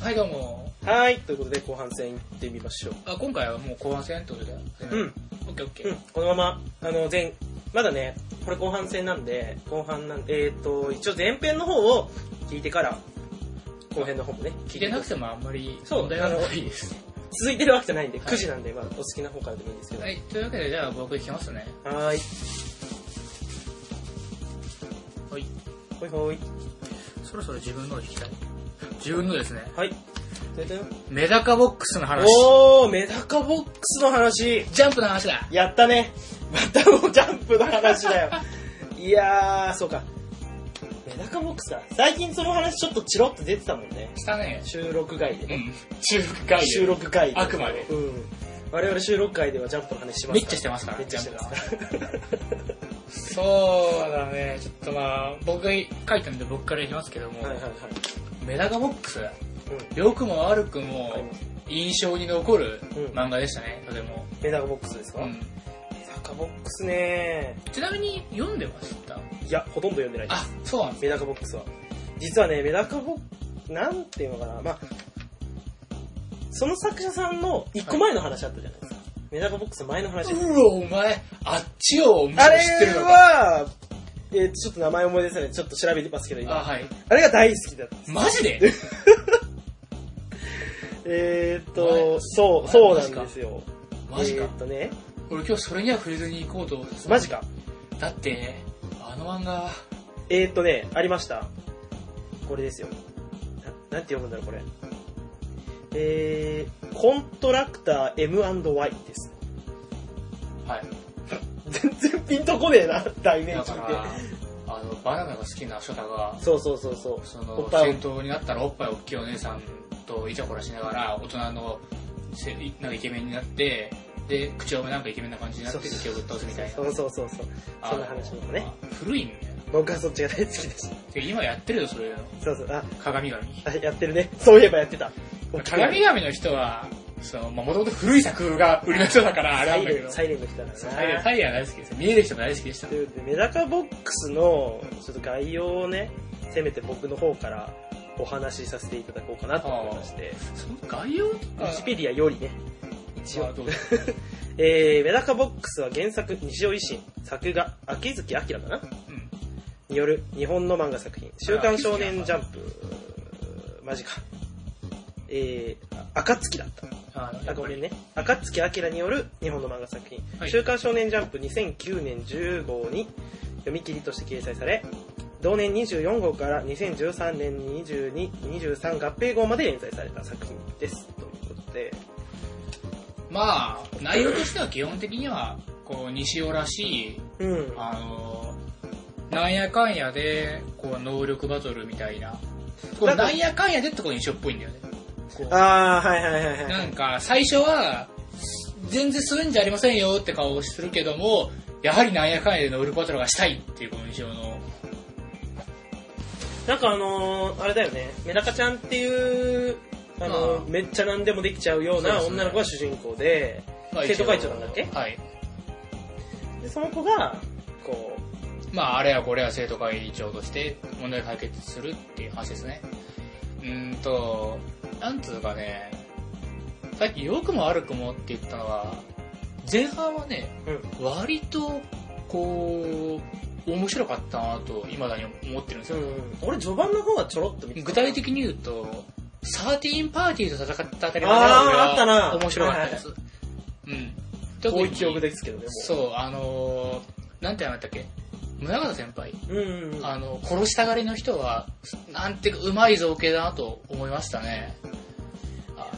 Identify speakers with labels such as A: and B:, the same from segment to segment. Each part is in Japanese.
A: はい。ということで、後半戦行ってみましょう。
B: あ今回はもう後半戦ってことだよ。
A: うん。
B: オッケーオッケ
A: う
B: ー
A: ん。。このまま、あの、前、まだね、これ後半戦なんで、後半なんで、えっ、と、一応前編の方を聞いてから、後編の方もね、
B: 聞い
A: 聞いて
B: て
A: いた
B: な
A: だ
B: く
A: く
B: てもあんまり
A: そう
B: 問題はないです。
A: 続いてるわけじゃないんで、
B: はい
A: 9時なんで、まあ、お好きな方からでもいいんですけど。
B: はい、というわけでじゃあ僕行きますね。
A: はーい。
B: はい。
A: ほいほい。
B: そろそろ自分のを引きたい。自分のですね、
A: はい。出たよ。
B: メダカボックスの話。
A: おー、メダカボックスの話。
B: ジャンプの話だ
A: やったね。またもうジャンプの話 だよ。いやー、そうか。メダカボックスか。最近その話ちょっとチロッと出てたもんね。
B: したね。
A: 収録外で
B: う
A: ね。
B: ん。中華
A: 収録会で。
B: あくまで
A: うん。我々収録会ではジャンプの話します
B: めっちゃしてますから
A: めっちゃしてますから。
B: そうだね。ちょっとまあ、僕が書いたんで僕から言いますけども、
A: はいはいはい。
B: メダカボックス、
A: うん。
B: 良くも悪くも
A: わかります
B: 印象に残る
A: うん
B: 漫画でしたね、とても。
A: メダカボックスですか、
B: う
A: メ
B: ん
A: ダカボックスね
B: ちなみに読んでました
A: いや、ほとんど読んでないです
B: あ、そうなんです
A: メダカボックスは。実はね、メダカボックス、なんていうのかな、まあ、その作者さんの一個前の話あったじゃないですか。メダカボックスの前の話です。
B: うわ、お前、あっちをお
A: あ
B: 前
A: れ
B: 知ってるのか。
A: は、えーちょっと名前思い出せない。ちょっと調べてますけど、
B: あ、
A: 今。
B: はい。
A: あれが大好きだった。
B: マジで
A: えー
B: 前
A: っと、そう、
B: 前
A: そうなんですよ。
B: マジ
A: え
B: か
A: ーっ。とね、
B: 俺今日それには触れずに行こうと思ってた
A: マジか。
B: だって、あの漫画、
A: えーっとね、ありました。これですよ。ななんて読むんだろう、これ。えー、コントラクター M&Y です。
B: はい。
A: 全然ピンとこねえな、題名
B: だ
A: 聞
B: か
A: いて。
B: ら、あの、バナナが好きなショタが、
A: そうそうそうそう。
B: そ
A: お
B: の
A: っ、ぱいを
B: 戦闘になったらおっぱい大きいお姉さんとイチャコラしながら、大人のせ、なんかイケメンになって、で、口調もなんかイケメンな感じになって、
A: そう
B: 口をぶっ倒すみたいな。
A: そうそうそうそう。
B: あ
A: そんな話もね。
B: あ古いんだよ。
A: 僕はそっちが大好きです。
B: で今やってるよ、そういうの。
A: そうそう。あ、
B: 鏡神。
A: あやってるね。そういえばやってた。
B: 鏡神の人は、その、まあ、もともと古い作が売りの人だから、あれ
A: サ
B: なん
A: イ
B: だけ
A: レ
B: ど
A: ン、。サイレンの人だな。
B: そうサイレンサイレンは大好きですよ。見える人も大好きでした
A: と。いうことで、メダカボックスのちょっと概要をね、せめて僕の方からお話しさせていただこうかなと思いまして、
B: その概要と
A: ウィ
B: か、
A: キペディアよりね、一
B: 一応
A: 応
B: どうぞ
A: えー、メダカボックスは原作、西尾維新、作画、秋月明かな
B: うん
A: による日本の漫画作品「週刊少年ジャンプ」マジかえー、あ暁だった
B: あのや
A: あ
B: っぱ
A: ごめん
B: り
A: ね暁明による日本の漫画作品「
B: はい
A: 週刊少年ジャンプ」2009年10号に読み切りとして掲載され同年24号から2013年に2223合併号まで連載された作品ですということで
B: まあ、内容としては基本的には、こう、西尾らしい、
A: うん
B: あの、なんやかんやで、こう、能力バトルみたいな。これなんやかんやでってことが印象っぽいんだよね。こう
A: ああはいはいはいはい
B: なんか、最初は、全然するんじゃありませんよって顔をするけども、やはりなんやかんやでノールバトルがしたいっていうこの印象の、
A: なんかあのー、あれだよね、メダカちゃんっていう、あのー
B: ああ
A: めっちゃ何でもできちゃうよう
B: そう
A: な
B: ですね
A: 女の子が主人公で、
B: まあ
A: 生徒会長なんだっけ
B: はい。
A: でその子が、こ
B: まあ、あれやこれや生徒会長として問題解決するっていう話ですね。うーんと、なんつうかね、さっき良くも悪くもって言ったのは、前半はね、
A: う、うん、
B: 割と、こう、面白かったなと、未だに思ってるんですよ。
A: 俺序盤の方はちょろっと見てた
B: 具体的に言うと、サーティーンパーティーと戦ったあたり
A: あーあったな
B: 面白かったです。うん。特
A: 遠
B: に
A: い記憶ですけどね、もう。
B: そう、あのー、なんて名前だったっけ宗像先輩、
A: う。うん、うん。
B: あの、殺したがりの人は、なんていうか、うまい造形だなと思いましたね。あ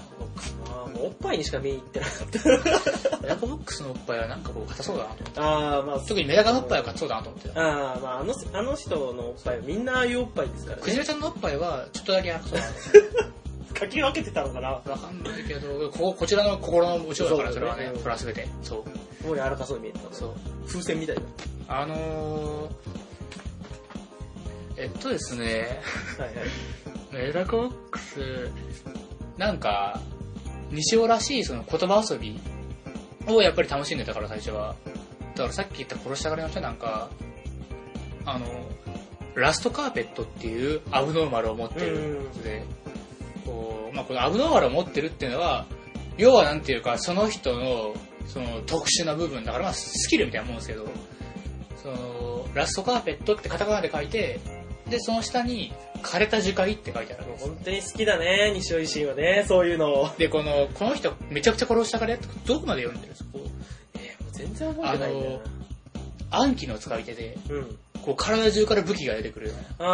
A: あーもうおっぱいにしか見に行ってなかっ
B: メダカボックスのおっぱいはなんかこう、硬そうだなと思って。
A: た。ああ、まあ、
B: 特にメダカのおっぱいは硬そうだなと思ってた。
A: ああ、まあ、あの、あの人のおっぱいはみんなああいうおっぱいですから
B: ク
A: ね。
B: ジラちゃんのおっぱいは、ちょっとだけ硬そうだなと
A: かき分けてたのかな
B: わかんないけど、ここちらの心の持ちようだから、それはね
A: そうだね、
B: それは全て。そう。
A: もう柔らかそうに見えてた。
B: そう。
A: 風船みたい
B: あのー、えっとですね、
A: な。はいはい。
B: メダカボックス、なんか、西尾らしいその言葉遊びをやっぱり楽しんでたから最初は。だからさっき言った殺したがりの人なんか、あの、ラストカーペットっていうアブノーマルを持ってるやつで、こう、まあ、このアブノーマルを持ってるっていうのは、要はなんていうか、その人の、その特殊な部分だから、まあ、スキルみたいなもんですけど、その、ラストカーペットってカタカナで書いて、で、その下に、枯れた樹海って書いてあるん
A: もう
B: です。
A: 本当に好きだね、西尾維新はね、そういうのを。
B: で、この、この人、めちゃくちゃ殺したからやって、どこまで読んでるんですかこう
A: えーもう全然覚えてないんだよ
B: 暗記の使い手で、
A: な。うん。
B: こう、体中から武器が出てくるような。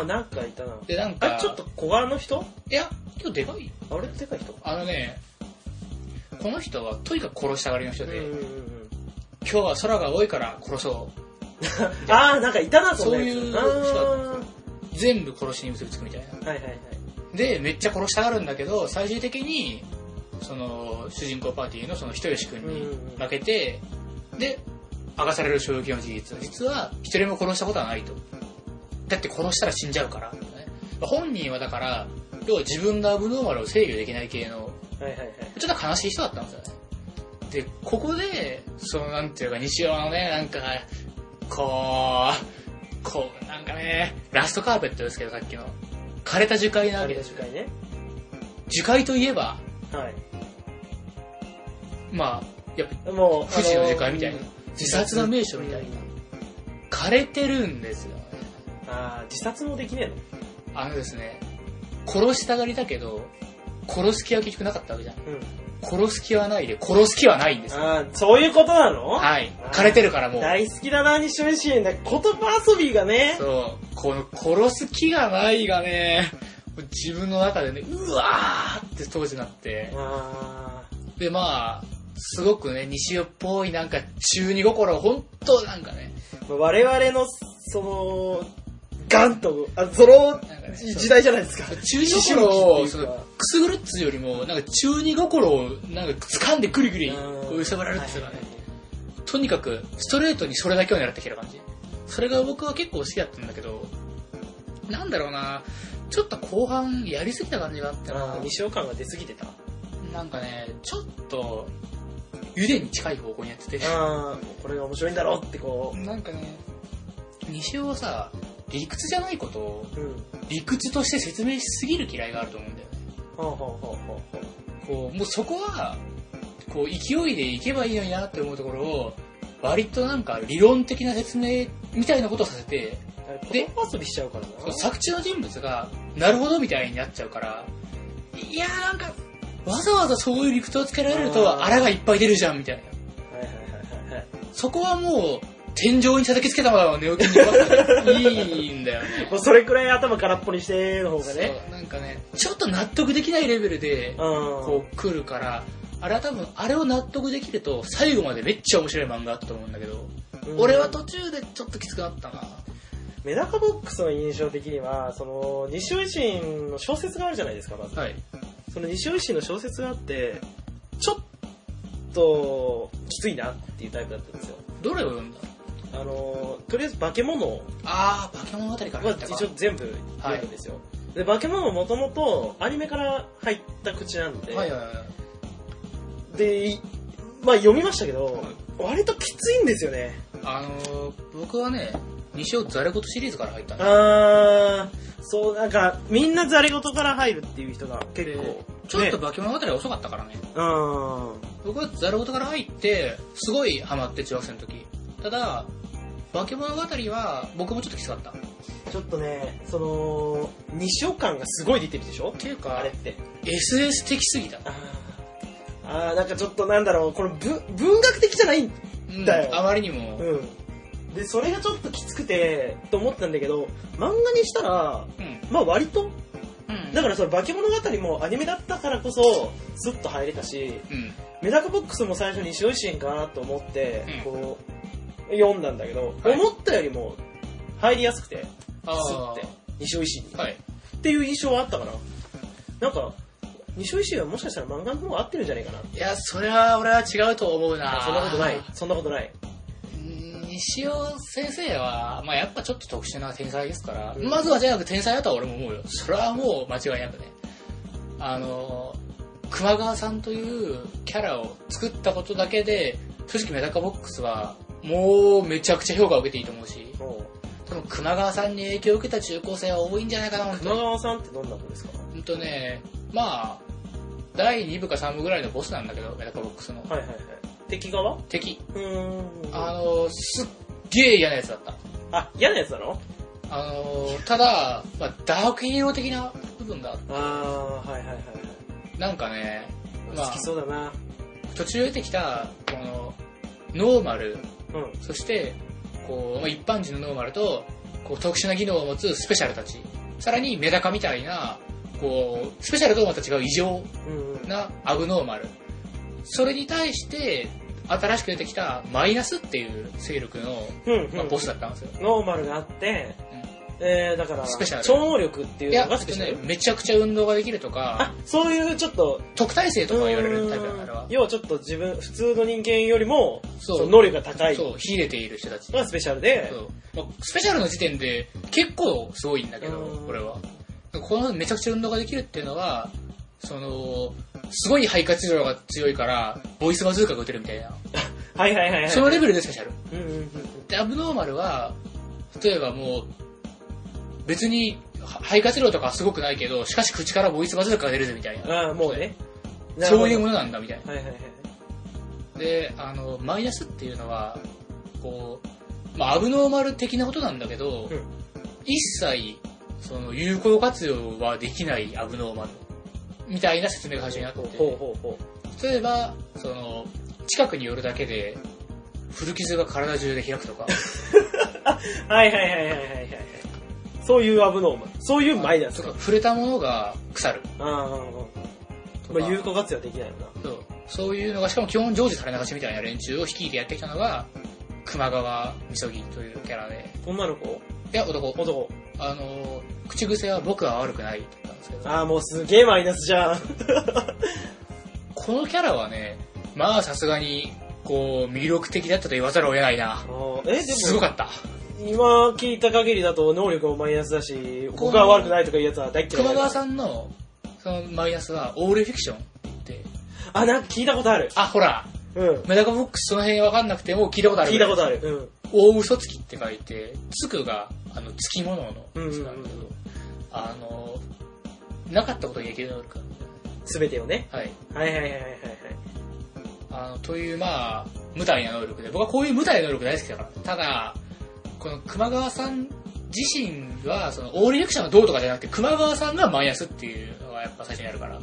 A: あー、なんかいたな。
B: で、なん
A: あ
B: か、
A: れちょっと、小柄の人
B: いや、今日でかい
A: あれでかい人か。
B: あのね、この人はとにかく殺したがりの人
A: うんう
B: で、
A: んう
B: 今
A: んうん。
B: 日は空が多いから殺そ
A: あー、なんかいたな、んなやつ
B: そういう人だ
A: あ
B: った
A: ー
B: んう。全部殺しに結びつくみたいな。
A: はいはいはい。
B: で、めっちゃ殺したがるんだけど、最終的に、その、主人公パーティーのその人吉くん
A: うん
B: に
A: うんうん
B: 負けて、で、明かされる衝撃の事実。実は、一人も殺したことはないと。だって殺したら死んじゃうから。ね本人はだから、要は自分がアブノーマルを制御できない系の
A: はいはいはい。
B: ちょっと悲しい人だったんですよね。で、ここで、そのなんていうか、西尾のね、なんか、こう、こう、なんかね、ラストカーペットですけど、さっきの。枯れた樹海な
A: あ
B: わけ
A: れ
B: で
A: が
B: す
A: 樹
B: よ。
A: 海ね。
B: 樹海といえば、
A: はい。
B: まあ、やっぱ
A: もう、
B: 富士の樹海みたいな
A: あのー
B: 自殺の名所みたいな。枯れてるんですよね。
A: あー、自殺もできねえの
B: あのですね、殺したがりだけど、殺す気は結局なかったわけじゃん。
A: うん。
B: 殺す気はないで、殺す気はないんですよ。
A: あー、そういうことなの
B: はい。枯れてるからもう。
A: 大好きだな、西尾維新。言葉遊びがね。
B: そう、この殺す気がないがね、自分の中でね、うわーって当時なって、
A: あ
B: でまあ、すごくね、西尾っぽいなんか中二心を本当なんかね、
A: ー我々の、その、ガンと、あゾロ
B: なんかね
A: 時代じゃないですか。
B: 中二心を
A: 思春期って
B: そ
A: いうか
B: のくすぐるっつうよりも、なんか中二心をなんか掴んでぐりぐり
A: うん
B: こう揺さぶられるっつうかね、とにかくストレートにそれだけを狙ってきてる感じ。それが僕は結構好きだったんだけど、なんだろうな、ちょっと後半やりすぎた感じがあった
A: あ
B: な
A: ー。西尾感が出過ぎてた。
B: なんかね、ちょっと、ゆでに近い方向にやってて、
A: あーこれが面白いんだろうってこ
B: なんかね、西尾はさ、理屈じゃないことを
A: う。うん。
B: 理屈として説明しすぎる嫌いがあると思うんだよね。
A: ほうほうほうほうほ
B: こう、もうそこは、こう、勢いでいけばいいのになって思うところを、割となんか理論的な説明みたいなことをさせて、
A: う。あれ
B: で
A: 言葉遊びしちゃうからな。
B: 作中の人物が、なるほどみたいになっちゃうから、いやーなんか、わざわざそういう理屈をつけられると、あらがいっぱい出るじゃんみたいな。
A: はいはいはいはいはい。
B: そこはもう、天井に叩きつけたまま寝起きに言わせたいいんだよね。
A: もうそれくらい頭空っぽにしての方がね。
B: そうなんかね、ちょっと納得できないレベルで、
A: うん
B: こ。う来るから、あれは多分、あれを納得できると、最後までめっちゃ面白い漫画だったと思うんだけど、
A: うん
B: 俺は途中でちょっときつくなったな。
A: メダカボックスの印象的には、その、西尾維新の小説があるじゃないですか、まず。
B: はい。
A: その西尾維新の小説があって、ちょっと、きついなっていうタイプだったんですよ。
B: どれを読んだ
A: あの、とりあえず化け物は
B: あー、化け物語から入ったか。
A: 一応全部読むんですよ。で、化け物もともとアニメから入った口なんで、
B: はいはいはい。
A: で、いまあ読みましたけど、割ときついんですよね。
B: あのー、僕はね、西尾ザレ言シリーズから入ったんだ
A: あー、そう、なんか、みんなザレ事から入るっていう人が結構、
B: ちょっと
A: ね
B: 化け物語は遅かったからね。
A: うん。うん
B: 僕はザルごとから入って、すごいハマって中学生の時。ただ、化け物語は僕もちょっときつかった。っ
A: ちょっとね、その、西尾感がすごい出てるでしょ
B: ていうか
A: あれっ、て。
B: SS 的すぎた。
A: あーあーなんかちょっとなんだろうこれぶ文学的じゃないうん
B: うん
A: だよ
B: あまりにも。
A: でそれがちょっときつくてと思ったんだけど漫画にしたら
B: うん。
A: まあ割と
B: うん。
A: だからその化け物語もアニメだったからこそスッと入れたし
B: うん。
A: メダカボックスも最初に西尾維新かなと思って
B: うん
A: こう読んだんだけど、
B: はい
A: 思ったよりも入りやすくてスッ
B: あ
A: て西尾維新に、
B: あ。はい。
A: っていう印象はあったかななんか西尾維新はもしかしたら漫画の方が合ってるんじゃないかない
B: や、それは俺は違うと思うな。
A: そんなことない。そんなことない。
B: うん。西尾先生は、まあやっぱちょっと特殊な天才ですから、
A: うん
B: まずはじゃなく天才だとは俺も思うよ。それはもう間違いなくね。あの、熊川さんというキャラを作ったことだけで、正直メダカボックスは、もうめちゃくちゃ評価を受けていいと思うし、
A: もう
B: 多分熊川さんに影響を受けた中高生は多いんじゃないかな、本当
A: 熊
B: に。
A: 川さんってどんな子ですか
B: うんとね、まあ、第2部か3部ぐらいのボスなんだけど、メダカボックスの。
A: はいはいはい。敵側う
B: 敵。
A: ーん。
B: あの、すっげえ嫌なやつだった。
A: あ、嫌なやつなの
B: あの、ただ、まあ、ダークヒーロー的な部分があっ
A: あー、はいはいはい
B: た。なんかね、
A: はい。
B: まあ
A: 好きそうだな。
B: 途中出てきた、この、ノーマル、
A: うん。
B: そして、こう、まあ、一般人のノーマルと、こう、特殊な技能を持つスペシャルたち。さらに、メダカみたいな、こう、スペシャルとはまた違う異常
A: うんうん。
B: なアブノーマル。それに対して、新しく出てきたマイナスっていう勢力の、
A: うんうん
B: まあ、ボスだったんですよ。
A: ノーマルがあって、えー、だから、
B: スペシャル
A: 超能力って
B: い
A: いう
B: や、
A: の
B: あ
A: がスペ
B: と
A: シャ
B: ね
A: ル。、
B: めちゃくちゃ運動ができるとか
A: あ、、そういうちょっと、
B: 特待生とか言われるタイプだ
A: う
B: か
A: ん
B: ら、
A: 要はちょっと自分、普通の人間よりも、
B: そう
A: その能力が高い
B: そ
A: の
B: う、秀でている人たち。
A: がスペシャルで
B: そ、うまあスペシャルの時点で結構すごいんだけ
A: う
B: ど
A: ん、
B: これは。このめちゃくちゃ運動ができるっていうのは、その、すごい肺活量が強いから、ボイスバズーカが打てるみたいな。
A: はいはいはいはい。
B: そのレベルでスペシャル。
A: うんうんうん
B: で、アブノーマルは、例えばもう、別に、は肺活量とかはすごくないけど、しかし口からボイスバズーカが出るぜみたいな。
A: ああ、もうね。な
B: そ
A: るほど
B: ういうものなんだみたいな。
A: はいはいはい。
B: で、あの、マイナスっていうのは、こう、まあ、アブノーマル的なことなんだけど、
A: うん
B: 一切、その、有効活用はできないアブノーマル。みたいな説明が最初にあっ
A: ほう
B: て、
A: ほうほ
B: 例えば、その、近くに寄るだけで、古傷が体中で開くとか、
A: う。はいはいはいはいはいはい。そういうアブノーマル。そういう マイナス
B: と。か、触れたものが腐る
A: ああ、
B: とか、
A: まあ有効活用できないよな。
B: そうそういうのが、しかも基本常時垂れ流しみたいな連中を率いてやってきたのが、熊川みそぎというキャラで、
A: 女の子
B: いや、男、
A: 男。
B: あのー口癖は僕は悪くないって言ったんですけど、
A: ああ、もうすげえマイナスじゃん。
B: このキャラはね、まあさすがに、こう、魅力的だったと言わざるを得ないな。
A: あーえ、
B: す
A: で
B: ご
A: も、
B: かった。
A: 今聞いた限りだと能力もマイナスだし、僕は悪くないとかいうやつは大っ嫌いだ
B: 熊川さんの、そのマイナスは、オールフィクションって、
A: あ、なんか聞いたことある。
B: あ、ほら、
A: うん。
B: メダカボックスその辺わかんなくても聞いたことある。
A: 聞いたことある。うん。
B: 大嘘つきって書いて、つくが、あの、つきものの、
A: うんうんうん
B: つなんだけど、あのーなかったことにできる能力
A: すべてをね。
B: はい。
A: はいはいはいはいはい。
B: あの、という、まあ、無体な能力で、僕はこういう無体な能力大好きだから。ただ、この熊川さん自身は、その、オーリエクションがどうとかじゃなくて、熊川さんがマイナスっていうのがやっぱ最初にあるから。
A: うん。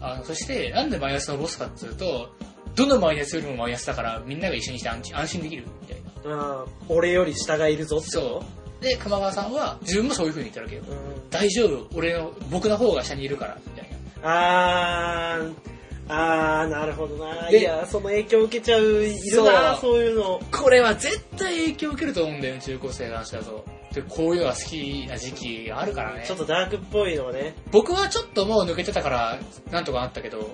B: あの、そして、なんでマイナスのボスかっていうと、どのマイナスよりもマイナスだから、みんなが一緒にして安心安心できるみたいな。
A: ああ、俺より下がいるぞってこ
B: で、熊川さんは、自分もそういう風に言ってるわけよ。
A: と。うん。
B: 大丈夫、俺の、僕の方が下にいるから、みたいな。
A: あー、あー、なるほどな。
B: で
A: いや、その影響受けちゃう、いるな、
B: そ
A: そういうの。
B: これは絶対影響を受けると思うんだよね、中高生の話だと。で、こういうのが好きな時期があるからね。
A: ちょっとダークっぽいのはね。
B: 僕はちょっともう抜けてたから、なんとかなったけど、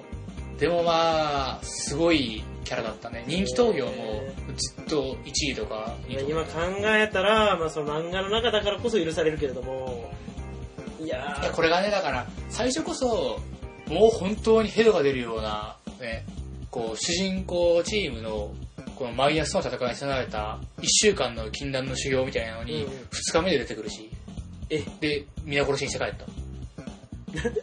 B: でもまあ、すごいキャラだったね。人気投票もずっと1位とか2位と
A: 今
B: か。
A: 考えたら、まあその漫画の中だからこそ許されるけれども、いや
B: いや、
A: ー、
B: これがね、だから、最初こそ、もう本当にヘドが出るような、ね、こう、主人公チームの、このマイナスの戦いに備えた、1週間の禁断の修行みたいなのに、
A: うん
B: 2日目で出てくるし、
A: え、
B: で、皆殺しにして帰った。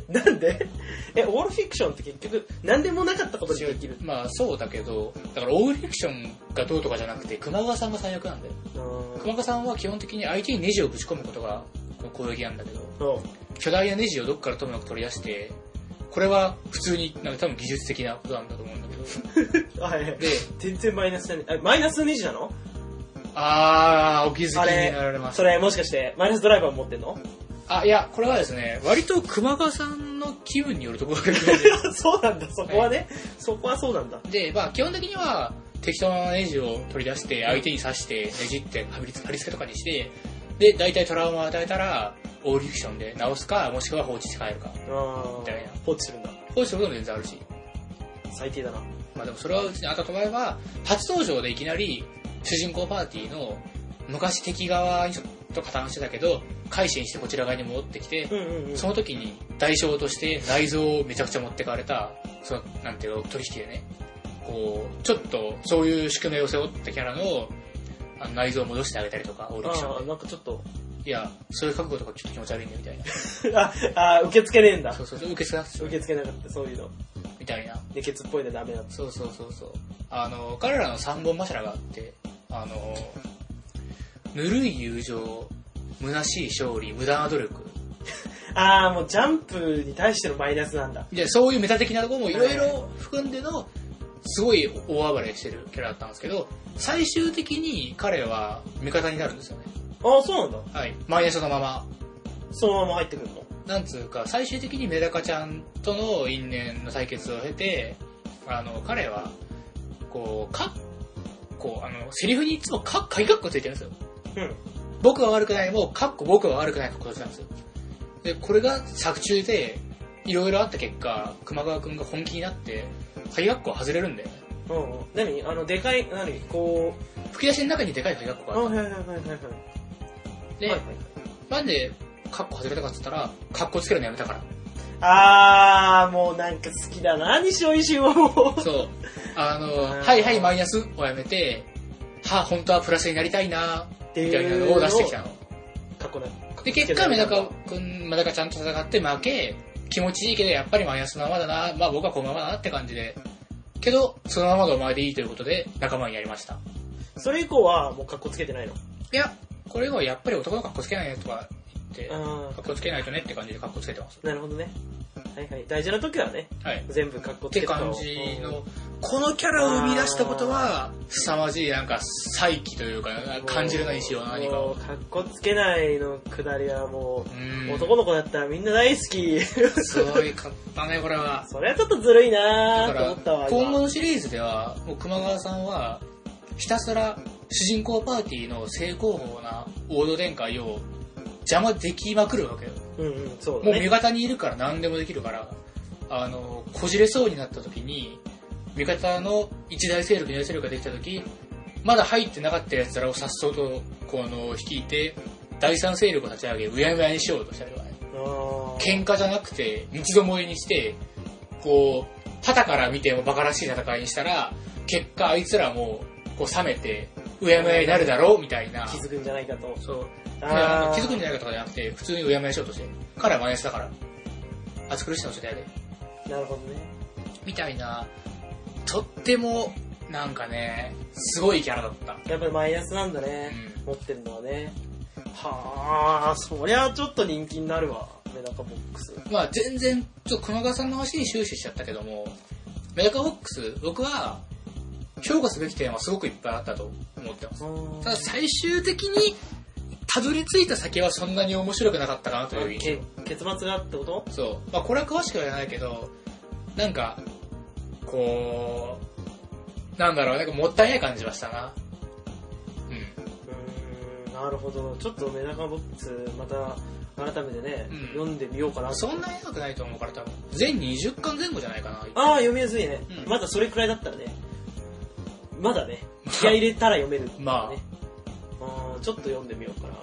A: なんでえ、オールフィクションって結局、何でもなかったことにできる。
B: まあそうだけど、だからオールフィクションがどうとかじゃなくて、熊川さんが最悪なんだよ。
A: うん
B: 熊川さんは基本的に相手にネジをぶち込むことが攻撃なんだけど、
A: そう
B: 巨大なネジをどっからともなく取り出して、これは普通に、なんか多分技術的なことなんだと思うんだけど。
A: はいはい。
B: で、
A: 全然マイナスじゃねえ。マイナスネジなの
B: あー、お気づき
A: あ
B: に
A: れ
B: なられまし
A: そ
B: た。
A: れもしかして、マイナスドライバー持ってんの
B: あ、いや、これはですね、割と熊川さんの気分によるところがあるの
A: そうなんだ、そこはね。そこはそうなんだ。
B: で、で、まあ基本的には適当なネジを取り出して、相手に刺して、ねじって、貼り付貼り付けとかにして、で、大体トラウマを与えたら、オールフィクションで直すか、もしくは放置して帰るか。
A: あ
B: みたいな
A: ー放置するんだ。
B: 放置することも全然あるし。
A: 最低だな。
B: まあでもそれはうちにあったと場合は、初登場でいきなり主人公パーティーの昔敵側にちょっと加担してたけど、改心してこちら側に戻ってきて、
A: うんうんうん。
B: その時に代償として内臓をめちゃくちゃ持ってかれた、その、なんていうの、取引でね、こう、ちょっとそういう宿命を背負ったキャラのあの内臓を戻してあげたりとか、オール
A: あ
B: クショ
A: ー
B: ンで
A: なんかちょっと、
B: いや、そういう覚悟とかちょっと気持ち悪いね、みたいな。
A: あ、あ、受け付けねえんだ
B: そ。うそうそう、受け付けなくて
A: 受け付けなかった、そういうの。
B: みたいな。
A: 熱血っぽいのダメだった。
B: そうそうそうそう。あの、彼らの三本柱があって、あの、ぬるい友情、虚しい勝利、無駄な努力。
A: あー、もうジャンプに対してのマイナスなんだ。
B: で、そういうメタ的なところもいろいろ含んでの、すごい大暴れしてるキャラだったんですけど、最終的に彼は味方になるんですよね。
A: あー、そうなんだ。
B: はい。マイナスのまま。
A: そのまま入ってくるの。
B: なんつうか、最終的にメダカちゃんとの因縁の対決を経て、あの、彼は、こう、かこう、あの、セリフにいつもか、鍵カッコついてるんですよ。
A: うん。
B: 僕は悪くないも、かっこ僕は悪くないの形なんですよ。で、これが作中で、いろいろあった結果、熊川くんが本気になって、鍵カッコは外れるんだよね。
A: うんうん。何あの、でかい、何こ
B: 吹き出しの中にでかい鍵カッコ
A: う、
B: が
A: あ、
B: あっ
A: はいはいはいはいはい。
B: た。で、
A: はいはい
B: なんで、カッコ外れたかって言ったら、カッコつけるのやめたから。
A: あー、もうなんか好きだな、西尾維新はもう。
B: そう。あの、
A: うん
B: はいはいマイナスをやめて、はあ、本当はプラスになりたいな、
A: って
B: み
A: い
B: たいなのを出してきた
A: の
B: の。
A: を。かっこない。
B: で、結果、メダカくん、メダカちゃんと戦って負け、気持ちいいけど、やっぱりマイナスのままだな、まあ僕はこのままだなって感じで、けど、そのままのお前でいいということで、仲間にやりました。
A: それ以降はもうかっこつけてないの。
B: いや、これ以後はやっぱり男の格好つけないねとか言って、
A: あ
B: 格好つけないとねって感じで格好つけてます。
A: ー、なるほどね。はいはい。大事な時はね、
B: はい。
A: 全部かっこ
B: っ
A: つけ
B: て
A: て
B: 感じの、このキャラを生み出したことは、凄まじいなんか、再起というか、感じるな意思を何か
A: も
B: を
A: う。かっこつけないのくだりはも
B: う
A: う、
B: ん
A: 男の子だったらみんな大好き。
B: すごいかったね、これは。
A: それはちょっとずるいな
B: だか
A: ーと思った
B: ら
A: わ、。今
B: 今後のシリーズでは、もう熊川さんは、ひたすら主人公パーティーの正攻法な王道展開を邪魔できまくるわけよ。
A: うんうん、そう
B: も
A: だ
B: う味
A: ね。
B: 方にいるから何でもできるから、あの、こじれそうになった時に、味方の一大勢力、二大勢力ができた時、まだ入ってなかった奴らをさっそうと、この、率いて、第三勢力を立ち上げ、うやうやにしようとしたりとかね。
A: あー
B: 喧嘩じゃなくて、三つどもえにして、こう、旗から見ても馬鹿らしい戦いにしたら、結果あいつらも、こう冷めて、うやむやになるだろう、みたいな。
A: 気づくんじゃないかと。
B: そう。いやあ
A: あ
B: の
A: ー
B: 気づくんじゃないかとかじゃなくて、普通にうやむやしようとして。彼はマイナスだから。暑苦しさの世代で。
A: なるほどね。
B: みたいな、とっても、なんかね、すごいキャラだった。
A: やっぱりマイナスなんだ
B: う
A: ね。
B: ん。
A: 持ってるのはね。はあ、そりゃちょっと人気になるわ。メダカボックス。
B: まあ全然、ちょっと熊川さんの話に終始しちゃったけども、メダカボックス、僕は、評価すべき点はすごくいっぱいあったと思ってます。
A: うん
B: ただ最終的に、たどり着いた先はそんなに面白くなかったかなという印
A: け結末があってこと
B: 象。そう。まあこれは詳しくは言わないけど、なんか、こう、なんだろう、なんかもったいない感じはしたな。うん。
A: うーんなるほど。ちょっとメダカボックス、また改めてね、
B: うん
A: 読んでみようかな。
B: そんなに長くないと思うから多分、全20巻前後じゃないかな。
A: ああ、読みやすいね、
B: うん
A: まだそれくらいだったらね。まだね、気合い入れたら読める、ね。
B: ま
A: あーちょっと読んでみようかな。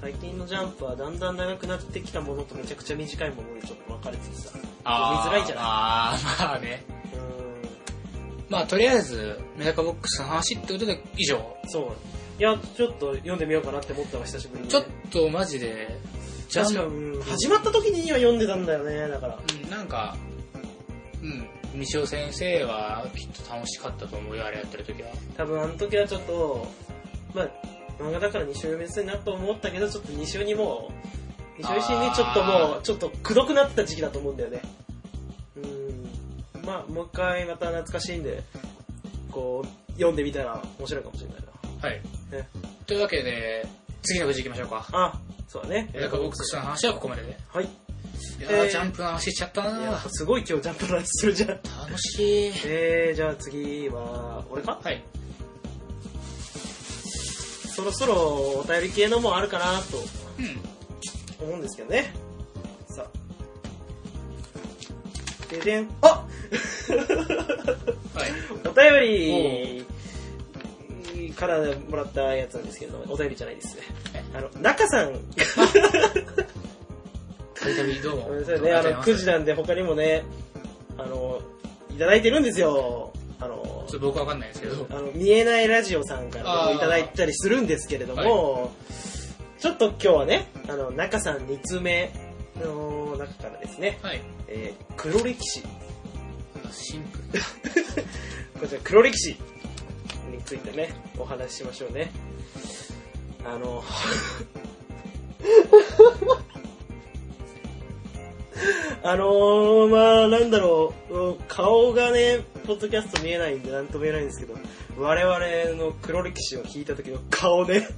A: 最近のジャンプはだんだん長くなってきたものとめちゃくちゃ短いものにちょっと分かれてきた。
B: あー
A: 読みづらいじゃない
B: あーまあね。
A: うーん、
B: まあとりあえずメダカボックスの話ってことで以上
A: そう。いや、ちょっと読んでみようかなって思ったわ、久しぶりに、ね。
B: ちょっとマジでジャ
A: 確か、
B: ン
A: うん、始まった時には読んでたんだよね、だから。
B: うんなんかうん西尾先生はきっと楽しかったと思うよあれやってる時は
A: 多分あの時はちょっと、まあ、漫画だから2週読めすいなと思ったけど、ちょっと2週にもう、2週一にちょっとも
B: あー
A: う、ちょっとくどくなってた時期だと思うんだよね。うん。まあ、もう一回また懐かしいんで、こう、読んでみたら面白いかもしれないな。
B: はい
A: ね
B: というわけで次のくじ行きましょうか
A: あ、そうだね。
B: メダカボックスの話はここまでで
A: はい。い
B: いやー、
A: えー
B: ジャンプの話しちゃった
A: や
B: な
A: すごい今日ジャンプの話するじゃん。
B: 楽しい
A: えー、じゃあ次は、俺か
B: はい
A: そろそろお便り系のもあるかなと
B: うん
A: 思うんですけどね。さあ。ででん。あ
B: はい
A: お便りからもらったやつなんですけど、お便りじゃないです。あの、中さん。
B: たびたびどうも
A: ごめんなさいね、あの、9時なんで他にもね、あの、いただいてるんですよ。あの、
B: ちょっと僕わかんないですけど
A: あの見えないラジオさんからもいただいたりするんですけれども、ちょっと今日はね、あの、中さん2つ目の中からですね、
B: はい。
A: えー、黒歴史。
B: シンプル。
A: こちら黒歴史についてね、お話ししましょうね。あの、 あのー、まあなんだろう、顔がね、ポッドキャスト見えないんでなんとも言えないんですけど、我々の黒歴史を聞いた時の顔ね、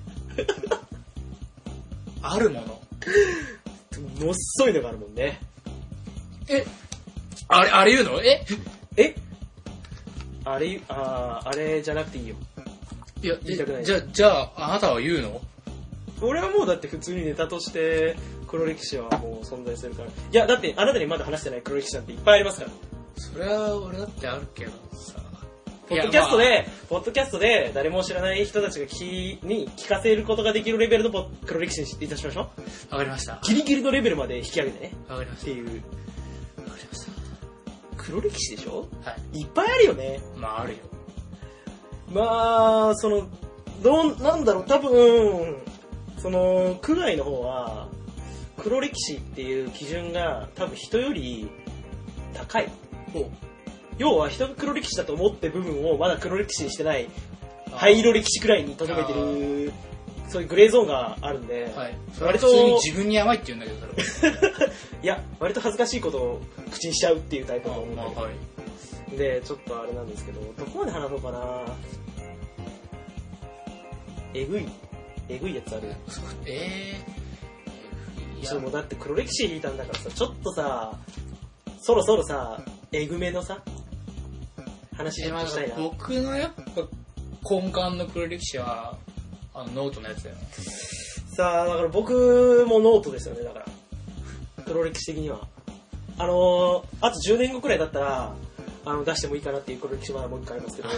B: あるもの。
A: もっそいのがあるもんね。
B: えあれ、あれ言うのえ
A: えあれ、あーあれじゃなくていいよ。
B: いや、
A: 言いたくない
B: えじゃあ、じゃあ、あなたは言うの
A: 俺はもうだって普通にネタとして黒歴史はもう存在するからいやだってあなたにまだ話してない黒歴史なんていっぱいありますから
B: それは俺だってあるけどさ。
A: ポッドキャストで、ポッドキャストで誰も知らない人たちが聞に聞かせることができるレベルのポ黒歴史にいたしましょ
B: い
A: う
B: やまあわかりました。わ
A: ギリギリのレベルまで引き上げてね
B: かりまし
A: っていう
B: た。わかりまし
A: 黒歴史でしょ
B: た。はい。
A: いっぱいあるよね
B: まあ、あるよ。
A: まあそのどうなんだろう多分その区外の方は黒歴史っていう基準が多分人より高い要は人が黒歴史だと思って部分をまだ黒歴史にしてない灰色歴史くらいに留めてるそういうグレーゾーンがあるんで、
B: はい。それは
A: 割
B: 普
A: と
B: 通に自分に甘いって言うんだけど、そ
A: い、や割と恥ずかしいことを口にしちゃうっていうタイプ
B: れ
A: だと
B: は。
A: 思うん
B: まあ、まあ、
A: で
B: はい。
A: でちょっとあれなんですけどどこまで話そうかなえぐいえぐいやつある
B: そうえー。い
A: ち
B: や
A: ょっともうだって黒歴史引いたんだからさちょっとさそろそろさえぐめのさ話
B: えまあ
A: したいな
B: 僕のやっぱ根幹の黒歴史は、あの、ノートのやつだよね。
A: さあだから僕もノートですよねだから黒歴史的にはあのー、あと10年後くらいだったらあの出してもいいかなっていう黒歴史まだもう一回ありますけど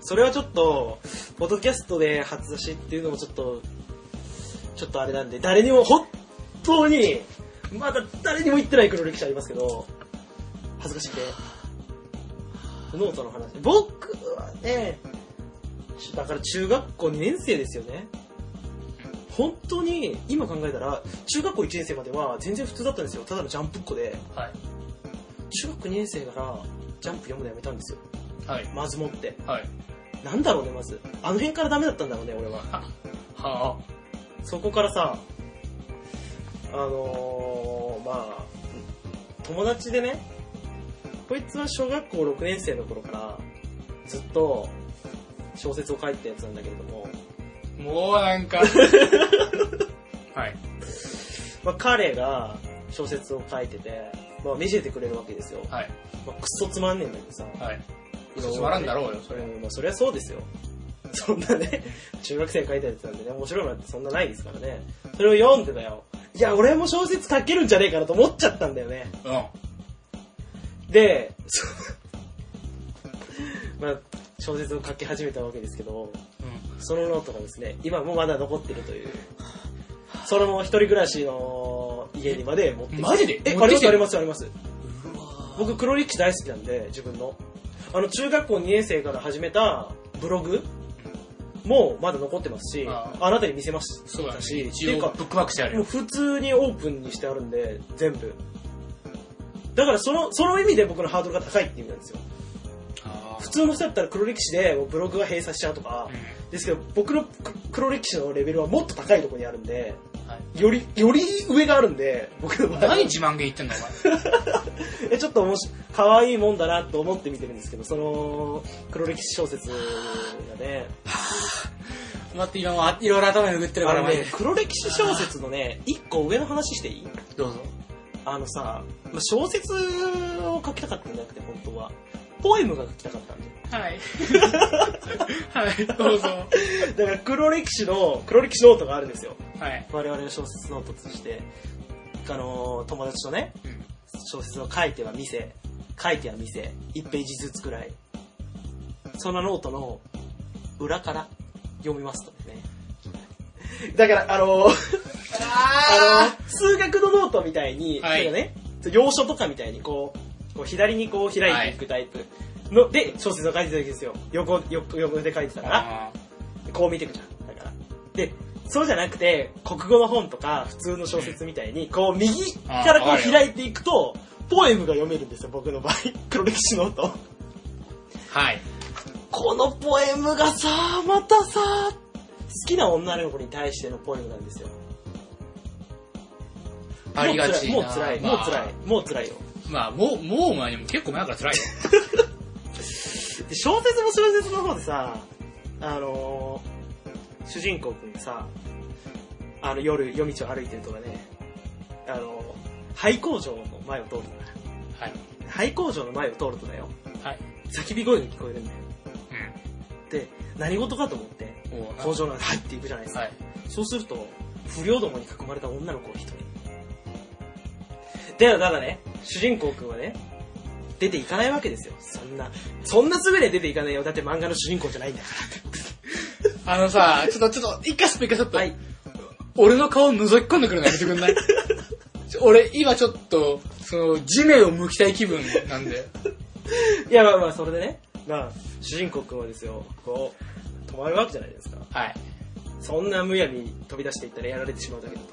A: それはちょっとポッドキャストで初出しっていうのもちょっとちょっとあれなんで誰にも本当にまだ誰にも言ってない黒歴史ありますけど恥ずかしくてノートの話僕はねだから中学校2年生ですよね本当に今考えたら中学校1年生までは全然普通だったんですよただのジャンプっ子で
B: はい。
A: 中学2年生からジャンプ読むのやめたんですよ
B: はい。
A: まずもって
B: はい。
A: なんだろうねまずあの辺からダメだったんだろうね俺は
B: は、は
A: そこからさあのー、まあ友達でねこいつは小学校6年生の頃からずっと小説を書いてたやつなんだけれども、
B: あもうなん か。はい。
A: まあ、彼が小説を書いてて、まあ、見せてくれるわけですよ、
B: はい。
A: まあ、クソつまんねえんだけどさ、
B: はい。つまらんだろうよ、そ
A: そ
B: れ
A: れ。もまあそりゃそうですよ そんなね中学生が書いたやつなんでね面白いのなんてそんなないですからねそれを読んでたよいや俺も小説書けるんじゃねえかなと思っちゃったんだよね
B: うん。は
A: で そまあ小説を書き始めたわけですけどそのノートがですね今もまだ残ってるというそれも一人暮らしの家にまで持ってきて
B: マジで
A: え
B: 持
A: あ
B: ってき
A: ります
B: て
A: あ
B: る
A: りますあります僕黒歴史大好きなんで自分のあの中学校2年生から始めたブログもまだ残ってますしあ
B: あ
A: なたに見せまし
B: そうだ
A: た
B: し、
A: しって
B: 一
A: いう
B: 応
A: か
B: ブックマークしてある
A: もう
B: よ。
A: 普通にオープンにしてあるんで全部だからそのその意味で僕のハードルが高いって意味なんですよ
B: あ
A: 普通の人だったら黒歴史でもうブログが閉鎖しちゃうとかですけど僕の黒歴史のレベルはもっと高いところにあるんでよりより上があるんで僕の場合
B: 何自慢げ言ってんだ、お前。
A: えちょっと面白い可愛いもんだなと思って見てるんですけどその黒歴史小説がね
B: 待って、今もいろいろ頭に拭ってる
A: あ
B: から、
A: の
B: マジ
A: ね
B: で。
A: 黒歴史小説のね一個上の話していい
B: どうぞ。
A: あのさまあ小説を書きたかったんじゃなくて本当はポエムが書きたかったんだよ
B: はい。はい、どうぞ。
A: だから黒歴史の黒歴史ノートがあるんですよ
B: はい。
A: 我々の小説ノートとしてあのー友達とね
B: うん
A: 小説を書いては見せ書いては見せ1ページずつくらいそんなノートの裏から読みますとねだからあのあの数学のノートみたいに、
B: はい
A: それがね要所とかみたいにこうこう左にこう開いていくタイプの、で小説を書いてたわけですよ横横横で書いてたか
B: あ
A: らこう見てくじゃんだからでそうじゃなくて、国語の本とか、普通の小説みたいに、こう、右からこ
B: あわかる
A: う
B: よ
A: 開いていくと、ポエムが読めるんですよ、僕の場合。 黒歴史の音。
B: はい。
A: このポエムがさ、またさ、好きな女の子に対してのポエムなんですよ。
B: ありがちな。
A: もう辛い、もう辛い、もう辛い、もう辛いよ。
B: まあ、まあ、もう、もう前にも結構前から辛いよ。
A: で小説も小説の方でさ、あのー主人公くんがさ、あの夜夜道を歩いてるとかね、あのー廃工場の前を通るんだよ
B: はい。
A: 廃工場の前を通るとだよ、
B: はい。
A: 叫び声が聞こえるんだよ。で、何事かと思って、
B: うん。おうな
A: 工場の中に入っていくじゃないですか。
B: はい。
A: そうすると、不良どもに囲まれた女の子を一人。では、ただね、主人公くんはね、出ていかないわけですよ。そんな、そんなすぐには出ていかないよ。だって漫画の主人公じゃないんだか
B: あのさ、ちょっと、ちょっと、一回スピッカーストップ。
A: ら。はい。
B: 俺の顔覗き込んでくるのやめてくんないちょ俺、今ちょっと、その、地面を向きたい気分なんで。
A: いや、まあまあ、それでね、まあ、主人公くんはですよ、こう、止まるわけじゃないですか。
B: はい。
A: そんなむやみに飛び出していったらやられてしまうだけだと。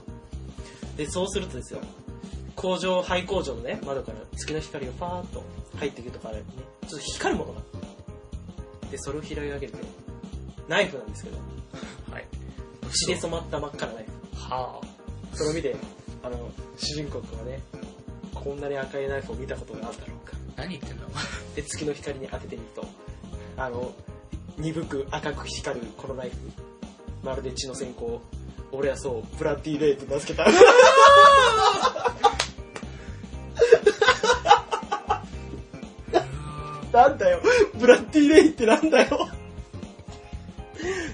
A: で、そうするとですよ、工場、廃工場のね、窓から月の光がパーッと入っていくとかあるよね、ちょっと光るものが。で、それを拾い上げて、ナイフなんですけど、
B: はい。
A: 血で染まった真っ赤なナイ
B: は
A: フ。それを見て、あの、主人公くんはね、こんなに赤いナイフを見たことがあるだろうか。
B: あ。何言ってんの
A: で、月の光に当ててみると、あの、鈍く赤く光るこのナイフ。まるで血の閃光。俺はそう、ブラッディレイと名付けた。なんだよ、ブラッディレイってなんだよ。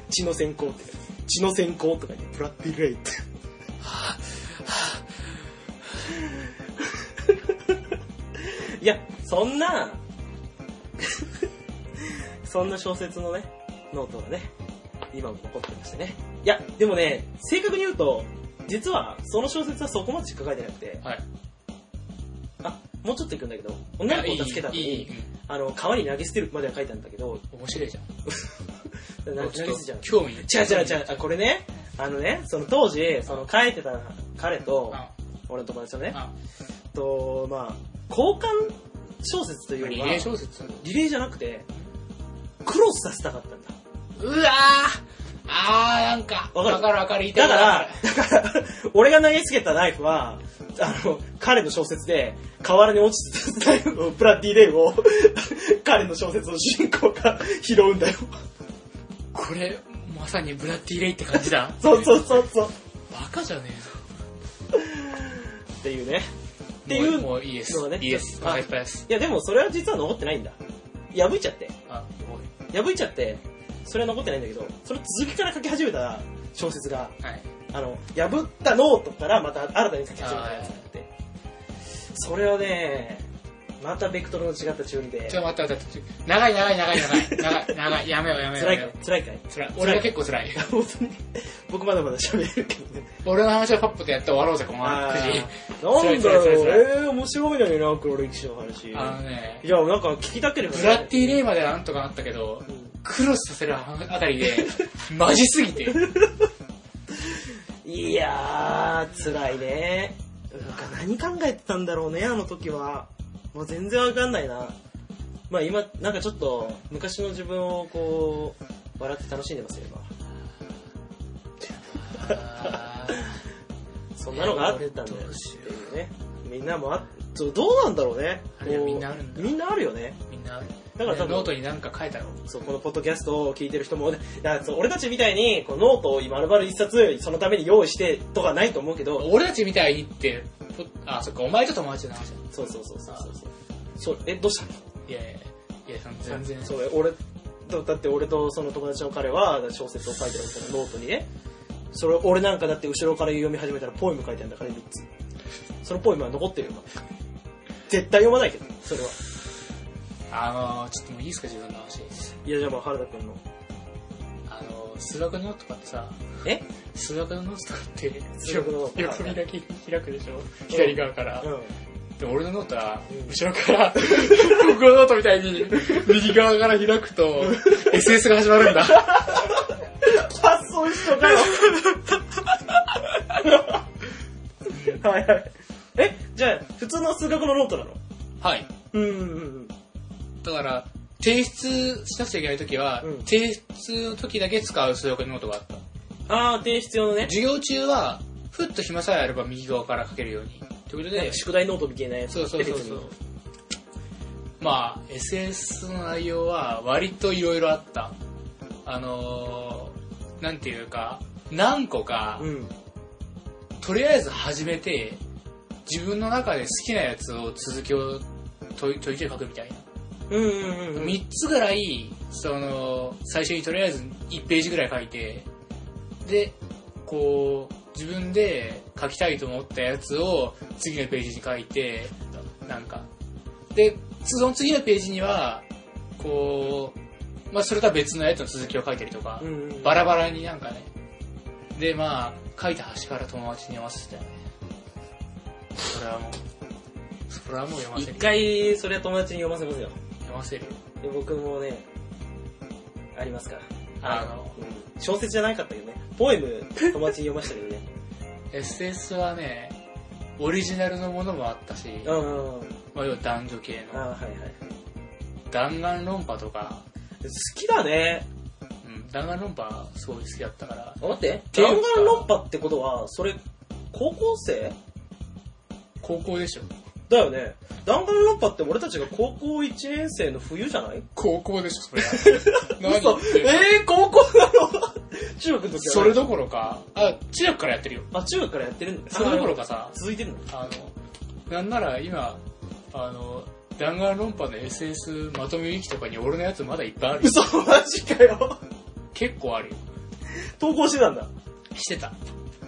A: 血の閃光って。血の閃光とか言って、ブラッディレイって。いや、そんな、そんな小説のね、ノートがね、今も残ってましてね。いや、でもね、正確に言うと、実はその小説はそこまでしか書いてなくて、
B: はい。
A: あ、もうちょっと行くんだけど、女の子を助けた後
B: いいいいい
A: に
B: い、うん
A: あの、川に投げ捨てるまでは書いたんだけど、
B: 面白いじゃん。
A: 投げ捨てちゃう。
B: 興味
A: 違う違う違う、あこれね、あのね、その当時、その書いてた彼と、
B: あ
A: 俺の友達のね、
B: あ
A: と、まあ、交換小説というより
B: リ
A: は、
B: レー小説
A: リレーじゃなくて、クロスさせたかったんだ。
B: うわーあー、なんか、
A: わかる
B: わかるわかる。言いた
A: だ
B: いこ
A: か
B: とわ
A: ら、だから、俺が投げつけたナイフは、あの、彼の小説で、河原に落ちてたナイフを、プラディレイを、彼の小説の主人公が拾うんだよ。
B: これ、まさにブラッディレイって感じだ。
A: そうそうそうそう。
B: バカじゃね
A: っていうね。
B: え
A: ていう
B: もうもういいです
A: のが。ね
B: いいです。
A: あ
B: お腹いっぱいです。
A: いや、でもそれは実は残ってないんだ。破いちゃって。
B: あ、おい
A: 破いちゃって、それは残ってないんだけど、それ続きから書き始めた小説が、
B: はい。
A: あの、破ったノートからまた新たに書き始めたやつがあって、それをね、またベクトルの違った中二で
B: ち、ょ、待って待って待って。長い長い長い長い。長い、長い。やめようやめよう。
A: 辛い
B: や
A: か
B: めよ
A: い辛いかいう
B: 辛い。俺は結構辛い。
A: 本当に、僕まだまだ喋れるけどね。
B: 俺の話はパッパとやって終わろうぜ、この9時。
A: な
B: 辛
A: ん
B: い
A: だ
B: 辛い辛い辛い
A: ろう、えー、面白いのにな、黒歴史の話。
B: あのね、
A: いや、なんか聞きたければね。
B: ブラッディレイまではなんとかなったけど、
A: うん
B: クロスさせるあたりで、マジすぎて。
A: いやー、辛いね。なんか何考えてたんだろうね、あの時は。もう全然わかんないな。まあ今、なんかちょっと、昔の自分をこう、笑って楽しんでますよ、今。
B: あー
A: そんなのがあってたんだよ
B: どうしよう
A: っていうね。みんなもあどどうなんだろうね。
B: あれ
A: こう
B: みんなあるんだ
A: みんなあるよね。
B: みんな、
A: だから多分
B: ノートになんか書いたろ。
A: そう、このポッドキャストを聞いてる人も、だからそう俺たちみたいに、こうノートを今丸々一冊、そのために用意してとかないと思うけど、
B: 俺たちみたいにって、ぽあ、そっか、お前と友達の話だ。
A: そうそうそうそうそうそう。そうえ、どうした
B: いやいやいや、その全然。
A: そうえ俺とだって俺とその友達の彼は小説を書いてるそのノートにねそれ俺なんかだって後ろから読み始めたらポエム書いてあるんだから3つそのポエムは残ってるよ今絶対読まないけどそれは
B: あのー、ちょっともういいですか、自分の話。
A: いやじゃあもう原田君の
B: あのー、数学のノートとかってさ、
A: え
B: 数学のノートとかって、
A: 数学のノート
B: 横開き、開くでしょ左側から。
A: う
B: で、俺のノートは
A: うん、
B: 後ろから、僕のノートみたいに、右側から開くと、SS が始まるんだ。
A: 発想一緒かよ。 はいはい。え、じゃあ、普通の数学のノートなの
B: はい。
A: うんうんうん。
B: だから、提出しなくちゃいけないときは、
A: うん
B: 提出のときだけ使う数学ノートがあった。
A: あー、提出用のね。
B: 授業中は、ふっと暇さえあれば右側から書けるように。ということ
A: なん
B: で
A: か、宿題ノートみたいなやつ。
B: そうそうそうそう
A: 出てくる
B: まあ、SS の内容は割といろいろあった。あのー、なんていうか、何個か、
A: うん。
B: とりあえず始めて、自分の中で好きなやつを続きをといちょいちょい書くみたいな。
A: うんうんうん。
B: 3つぐらい、その、最初にとりあえず1ページぐらい書いて、で、こう、自分で書きたいと思ったやつを次のページに書いて、なんか。で、その次のページには、こう、まあ、それとは別のやつの続きを書いたりとか、
A: うんうんうん
B: バラバラになんかね。で、まあ、書いた端から友達に読ませてたよね。それはもう、それはもう読ませ
A: 一
B: る。
A: 回、それは友達に読ませますよ。
B: 読ませる。
A: で僕もね、ありますから。
B: あの、
A: うん小説じゃなかったけどね。ポエム、友達に読ましたけどね。
B: SS はね、オリジナルのものもあったし、
A: うんうんうん。
B: まあ、要は男女系
A: あー
B: の、
A: はいはい。
B: 弾丸論破とか、
A: 好きだね。
B: うん、弾丸論破すごい好きだったから、
A: あ待って、
B: ていう
A: 弾
B: か
A: 丸論破ってことは、それ、高校生
B: 高校でしょ。
A: だよね。弾丸論破って俺たちが高校1年生の冬じゃない
B: 高校でしょ、 それは。何言
A: 嘘
B: ってる
A: えー、高校なの 中学の時はね
B: それどころか、あ、中学からやってるよ。
A: あ、中学からやってるんだ
B: それどころ
A: か。
B: かさ、
A: 続いてるの
B: あの、なんなら今、あの、弾丸論破の SS まとめきとかに俺のやつまだいっぱいあるよ。
A: 嘘、マジかよ。
B: 結構あるよ。
A: 投稿してたんだ。
B: してた。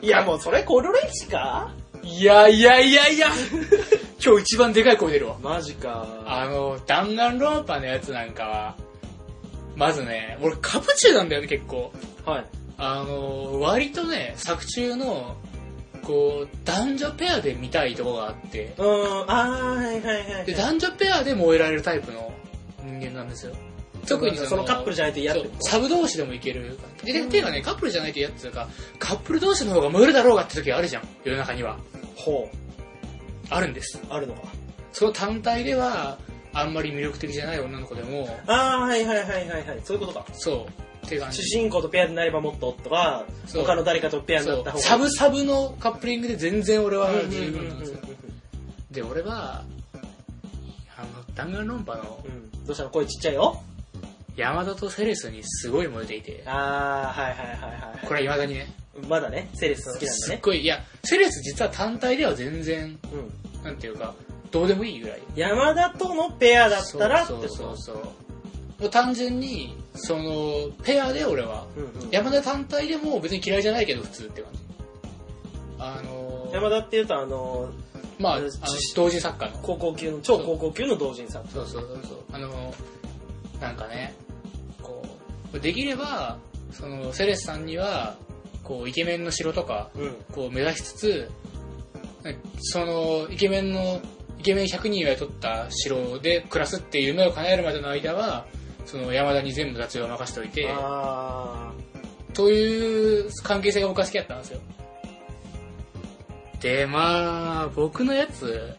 A: いや、もうそれコロレキか
B: いやいやいやいや 今日一番でかい声出るわ。
A: マジか。
B: あの、弾丸論破のやつなんかは、まずね、俺カプチューなんだよね、結構。
A: はい。
B: あの、割とね、作中の、こう、男女ペアで見たいとこがあって、
A: うーん、あー、はいはいは
B: で、
A: い。
B: 男女ペアで燃えられるタイプの人間なんですよ。特に
A: そのカップルじゃないと嫌って
B: そう
A: こと
B: サブ同士でもいける感じ。で、ていうかね、カップルじゃないと嫌っていうか、カップル同士の方が燃えるだろうがって時あるじゃん、世の中には。
A: ほ
B: あるんです。
A: う、あるのか。
B: その単体では、あんまり魅力的じゃない女の子でも、
A: あー、はいはいはいはいはい。そういうことか。
B: そう、って感じ
A: 主。人公とペアになればもっととか、
B: そう
A: 他の誰かとペアに
B: そ
A: なっ
B: う
A: た方が。
B: サブサブのカップリングで全然俺は
A: うん
B: 十
A: うんう
B: 分
A: ん
B: なんですよ。
A: う
B: で、俺は、あの、弾丸論破の
A: んうんどうしたの声ちっちゃいよ
B: 山田とセレスにすごい燃えていて、
A: あー、はいはいはいはい。
B: これは未だにね、
A: まだね、セレス好きなんだ
B: すっ
A: ね。
B: ごい、いや、セレス実は単体では全然、
A: うん。
B: なんていうか、どうでもいいぐらい。
A: 山田とのペアだったらって
B: そうそう
A: こと
B: そうそう。もう単純に、その、ペアで俺は、
A: うんうん
B: 山田単体でも別に嫌いじゃないけど普通って感じ。あのー、
A: 山田っていうと、あの、
B: まあ、あ
A: あ
B: の
A: の
B: 同時作家の。
A: 高校級の、超高校級の同人さん。
B: そうそうそうそう。あの、なんかね、こう、できれば、その、セレスさんには、こう、イケメンの城とか、
A: うん。
B: こう、目指しつつ、その、イケメンの、イケメン100人を雇った城で暮らすっていう夢を叶えるまでの間は、その山田に全部雑用を任しておいて、
A: あ
B: という関係性が僕は好きだったんですよ。で、まあ、僕のやつ、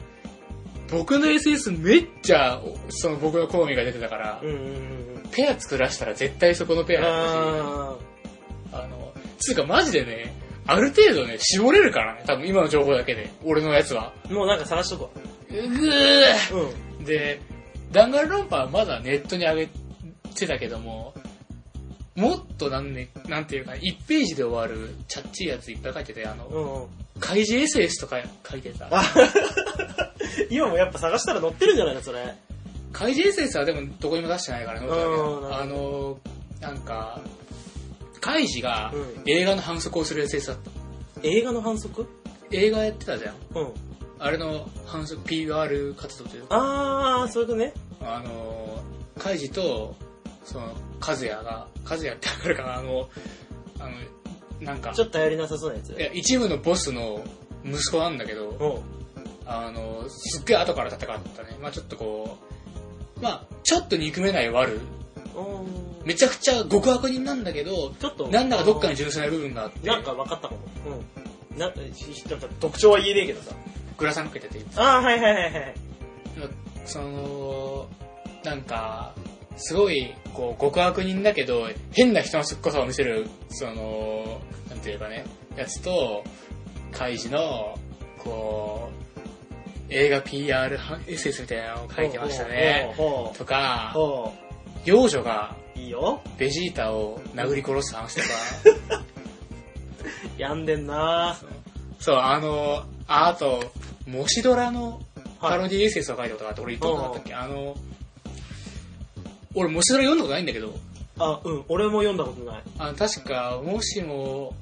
B: 僕の SS めっちゃ、その僕の好みが出てたから
A: ー。う、んうんうん
B: ペア作らしたら絶対そこのペ
A: う
B: ア
A: ん。
B: だっ
A: あ
B: たし、あの、つうかマジでね、ある程度ね、絞れるからね、多分今の情報だけで、俺のやつは。
A: ー。もうなんか探しとこ
B: うぐー
A: う。うん。
B: で、弾丸論破はまだネットに上げてたけども、もっとなんね、なんていうか、1ページで終わるチャッチいやついっぱい書いてて、あの、
A: うんうん。
B: 開示 SS とか書いてた。
A: あ今もやっぱ探したら載ってるんじゃないのそれ。
B: 開示 SS はでもどこにも出してないからね、
A: うん
B: あの、なんか、開示が
A: うん
B: 映画の反則をする SS だった。
A: 映画の反則
B: 映画やってたじゃん。
A: うん。
B: あれの反則 PR 活動というか、
A: あー、そういうことね。
B: あの、カイジと、その、カズヤが、カズヤってわかるかなあの、あの、なんか
A: ち、ょっと頼りなさそうなやつ。
B: いや一部のボスの息子なんだけど、
A: うん。
B: あの、すっげえ後から戦ったね。まあちょっとこう、まあちょっと憎めない悪
A: お
B: めちゃくちゃ極悪人なんだけど、
A: ちょっと
B: なんだかどっかに純粋な部分があって、
A: なんか分かったかもうんなしなんか特徴は言えねえけどさ
B: グラサンかけてて、
A: ああはいはいはいはい
B: その、なんか、すごい、こう、極悪人だけど、変な人のすっこさを見せる、その、なんていうかね、やつと、カイジの、こう、映画 PR はエッセンスみたいなのを書いてましたね。
A: ほう
B: とか、
A: ほ
B: 幼女が
A: ういいよ
B: ベジータを殴り殺す話とか、
A: やんでんな
B: そう、あの、ああと、もしドラのパ
A: はい
B: ロディエッセンスを書いたことがあって、俺言ったことなかったっけあの、俺もしドラ読んだことないんだけど、
A: あうん俺も読んだことない
B: あの確か、もしも、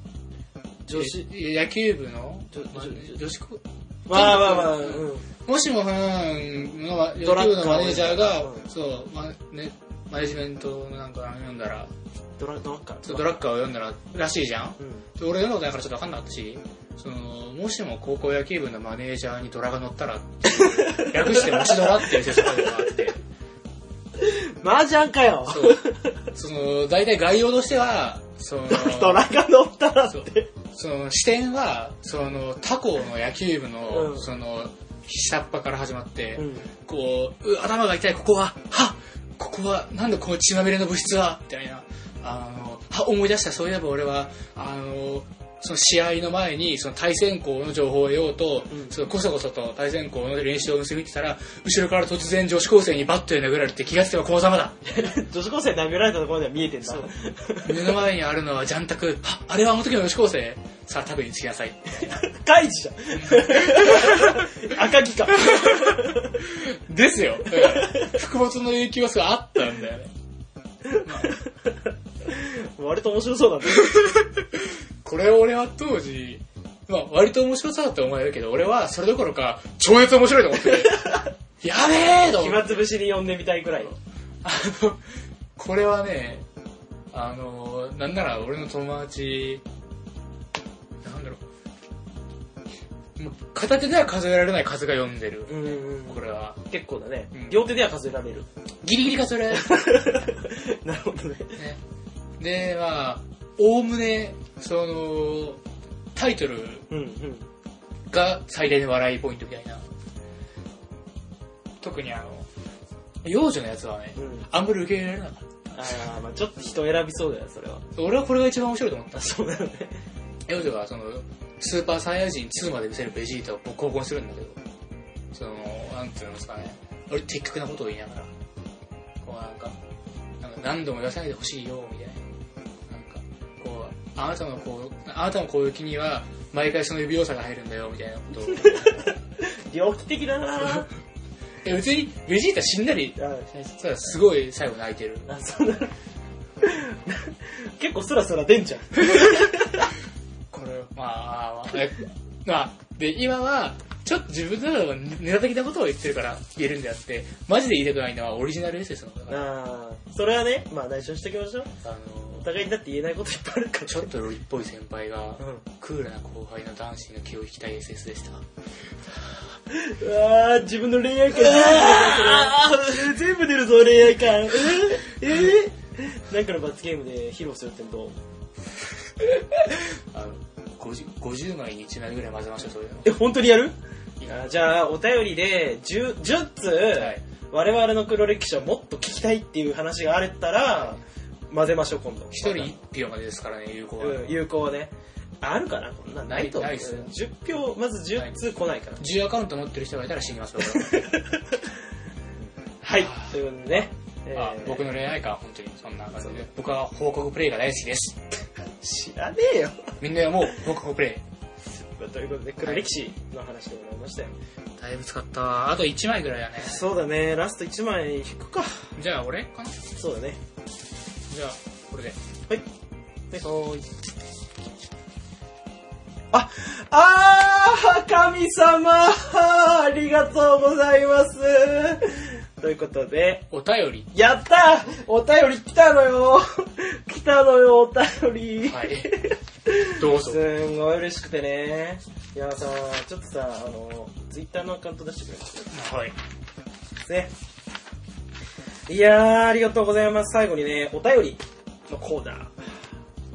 A: 女子
B: え野球部の
A: 女
B: まあ
A: 女
B: 女子高
A: わあわあわあうん
B: もしもファンの野球
A: ドラッ
B: 部
A: カー
B: のマネージャーが、
A: うん
B: そう、まね、マネジメントのなんか読んだら、
A: ドラドラッカー
B: そうドラッカーを読んだららしいじゃん
A: うん
B: 俺読んだことないからちょっと分かんなかったし、その、もしも高校野球部のマネージャーにドラが乗ったら、略してもしドラっていう説があって、
A: 麻雀かよ
B: そう、その、大体概要としては、その、
A: ドラが乗ったらっ
B: そう
A: て
B: その視点は、その、他校の野球部の、
A: うん
B: その、下っ端から始まって、
A: うん
B: こう、う頭が痛い、ここは、はここは、なんでこう血まみれの物質はみたいな、あの、は思い出した、そういえば俺は、あの、その試合の前に、その対戦校の情報を得ようと、
A: うん
B: そのこそこそと対戦校の練習を結びってたら、後ろから突然女子高生にバットで殴られて気がつけば講ざまだ。
A: 女子高生殴られたところでは見えてんだ
B: そう目の前にあるのはジャンタク、はあれはあの時の女子高生。さあ、食べにつきなさい。
A: カイジ じゃん赤木か
B: ですよ。だから福本の影響はすごいあったんだよね。
A: 割と面白そうだね
B: これ俺は当時、まあ割と面白さだって思えるけど、俺はそれどころか超越面白いと思ってて、やべえと思って、
A: 暇つぶしに呼んでみたいくらい
B: あの、これはね、あの、なんなら俺の友達、なんだろう、もう片手では数えられない数が読んでる、
A: うんうん
B: これは。
A: 結構だね、
B: うん
A: 両手では数えられる
B: ギリギリ数えられない。
A: なるほどね
B: ね、で、まあ、おおむね、その、タイトル
A: うんうん
B: が最大の笑いポイントみたいな。特にあの、幼女のやつはね、
A: うん
B: あんまり受け入れられなかっ
A: ああまあちょっと人選びそうだよそれは
B: た。俺はこれが一番面白いと思った。
A: そうだよね
B: 幼女がその、スーパーサイヤ人2まで見せるベジータを僕興奮するんだけど、その、なんていうんですかね、俺的確なことを言いながら、こうなんか、なんか何度も言わせないでほしいよ、みたいな。なんか、こう、あなたのこう、あなたのこういう気には、毎回その指動作が入るんだよ、みたいなことを。
A: 猟奇的 だなあ
B: え別に、ベジータ死んだり、ただすごい最後泣いてる。
A: あそうだ 結構スラスラ出んじゃん
B: これ、まあ、まあ、えまあ、で、今は、ちょっと自分の中でもネタ的なことを言ってるから言えるんであって、マジで言いたくないのはオリジナルエッセンスのことだから、
A: ああそれはねまあ内緒にしておきましょう
B: あ
A: お
B: の、
A: 互いにだって言えないこといっぱいあるから
B: ちょっとロリっぽい先輩が、
A: うん
B: クールな後輩の男子の気を引きたいエッセンスでした。
A: うわあ自分の恋愛感全部出るぞそれ全部出るぞ恋愛感えーえーなんかの罰ゲームで披露するってどう
B: あの、50, 50枚に1枚ぐらい混ぜましょう、そういうの。
A: え本当にやる
B: いい
A: あじゃあお便りで 10, 10通、
B: はい。
A: 我々の黒歴史をもっと聞きたいっていう話があれたら混ぜましょう今度
B: 一人一票までですからね、有効は。
A: うん、有効はねあるかなこんなんないと思う
B: ないっすね
A: 10票まず10通来ないから
B: 10アカウント持ってる人がいたら死にます、僕は。
A: はいということでね、えー
B: あ僕の恋愛観は本当にそんな感じで、僕は報告プレイが大好きです。
A: 知らねえよ
B: みんなもう報告プレ
A: ということで黒歴史の話でございましたよ、
B: イ。だいぶ使ったわ。あと1枚ぐらいだね。
A: そうだねラスト1枚引くか
B: じゃあ俺かな
A: そうだね
B: じゃあ、これで。
A: はいであ、あー、神様ありがとうございますということで、
B: お便り。
A: やったーお便り来たのよ来たのよ、お便り、
B: はい。どうぞ
A: す。んごい嬉しくてね。いやさ、ちょっとさ、あの、ツイッターのアカウント出してくれます
B: はい。
A: ね。いやー、ありがとうございます。最後にね、お便りのコーナー。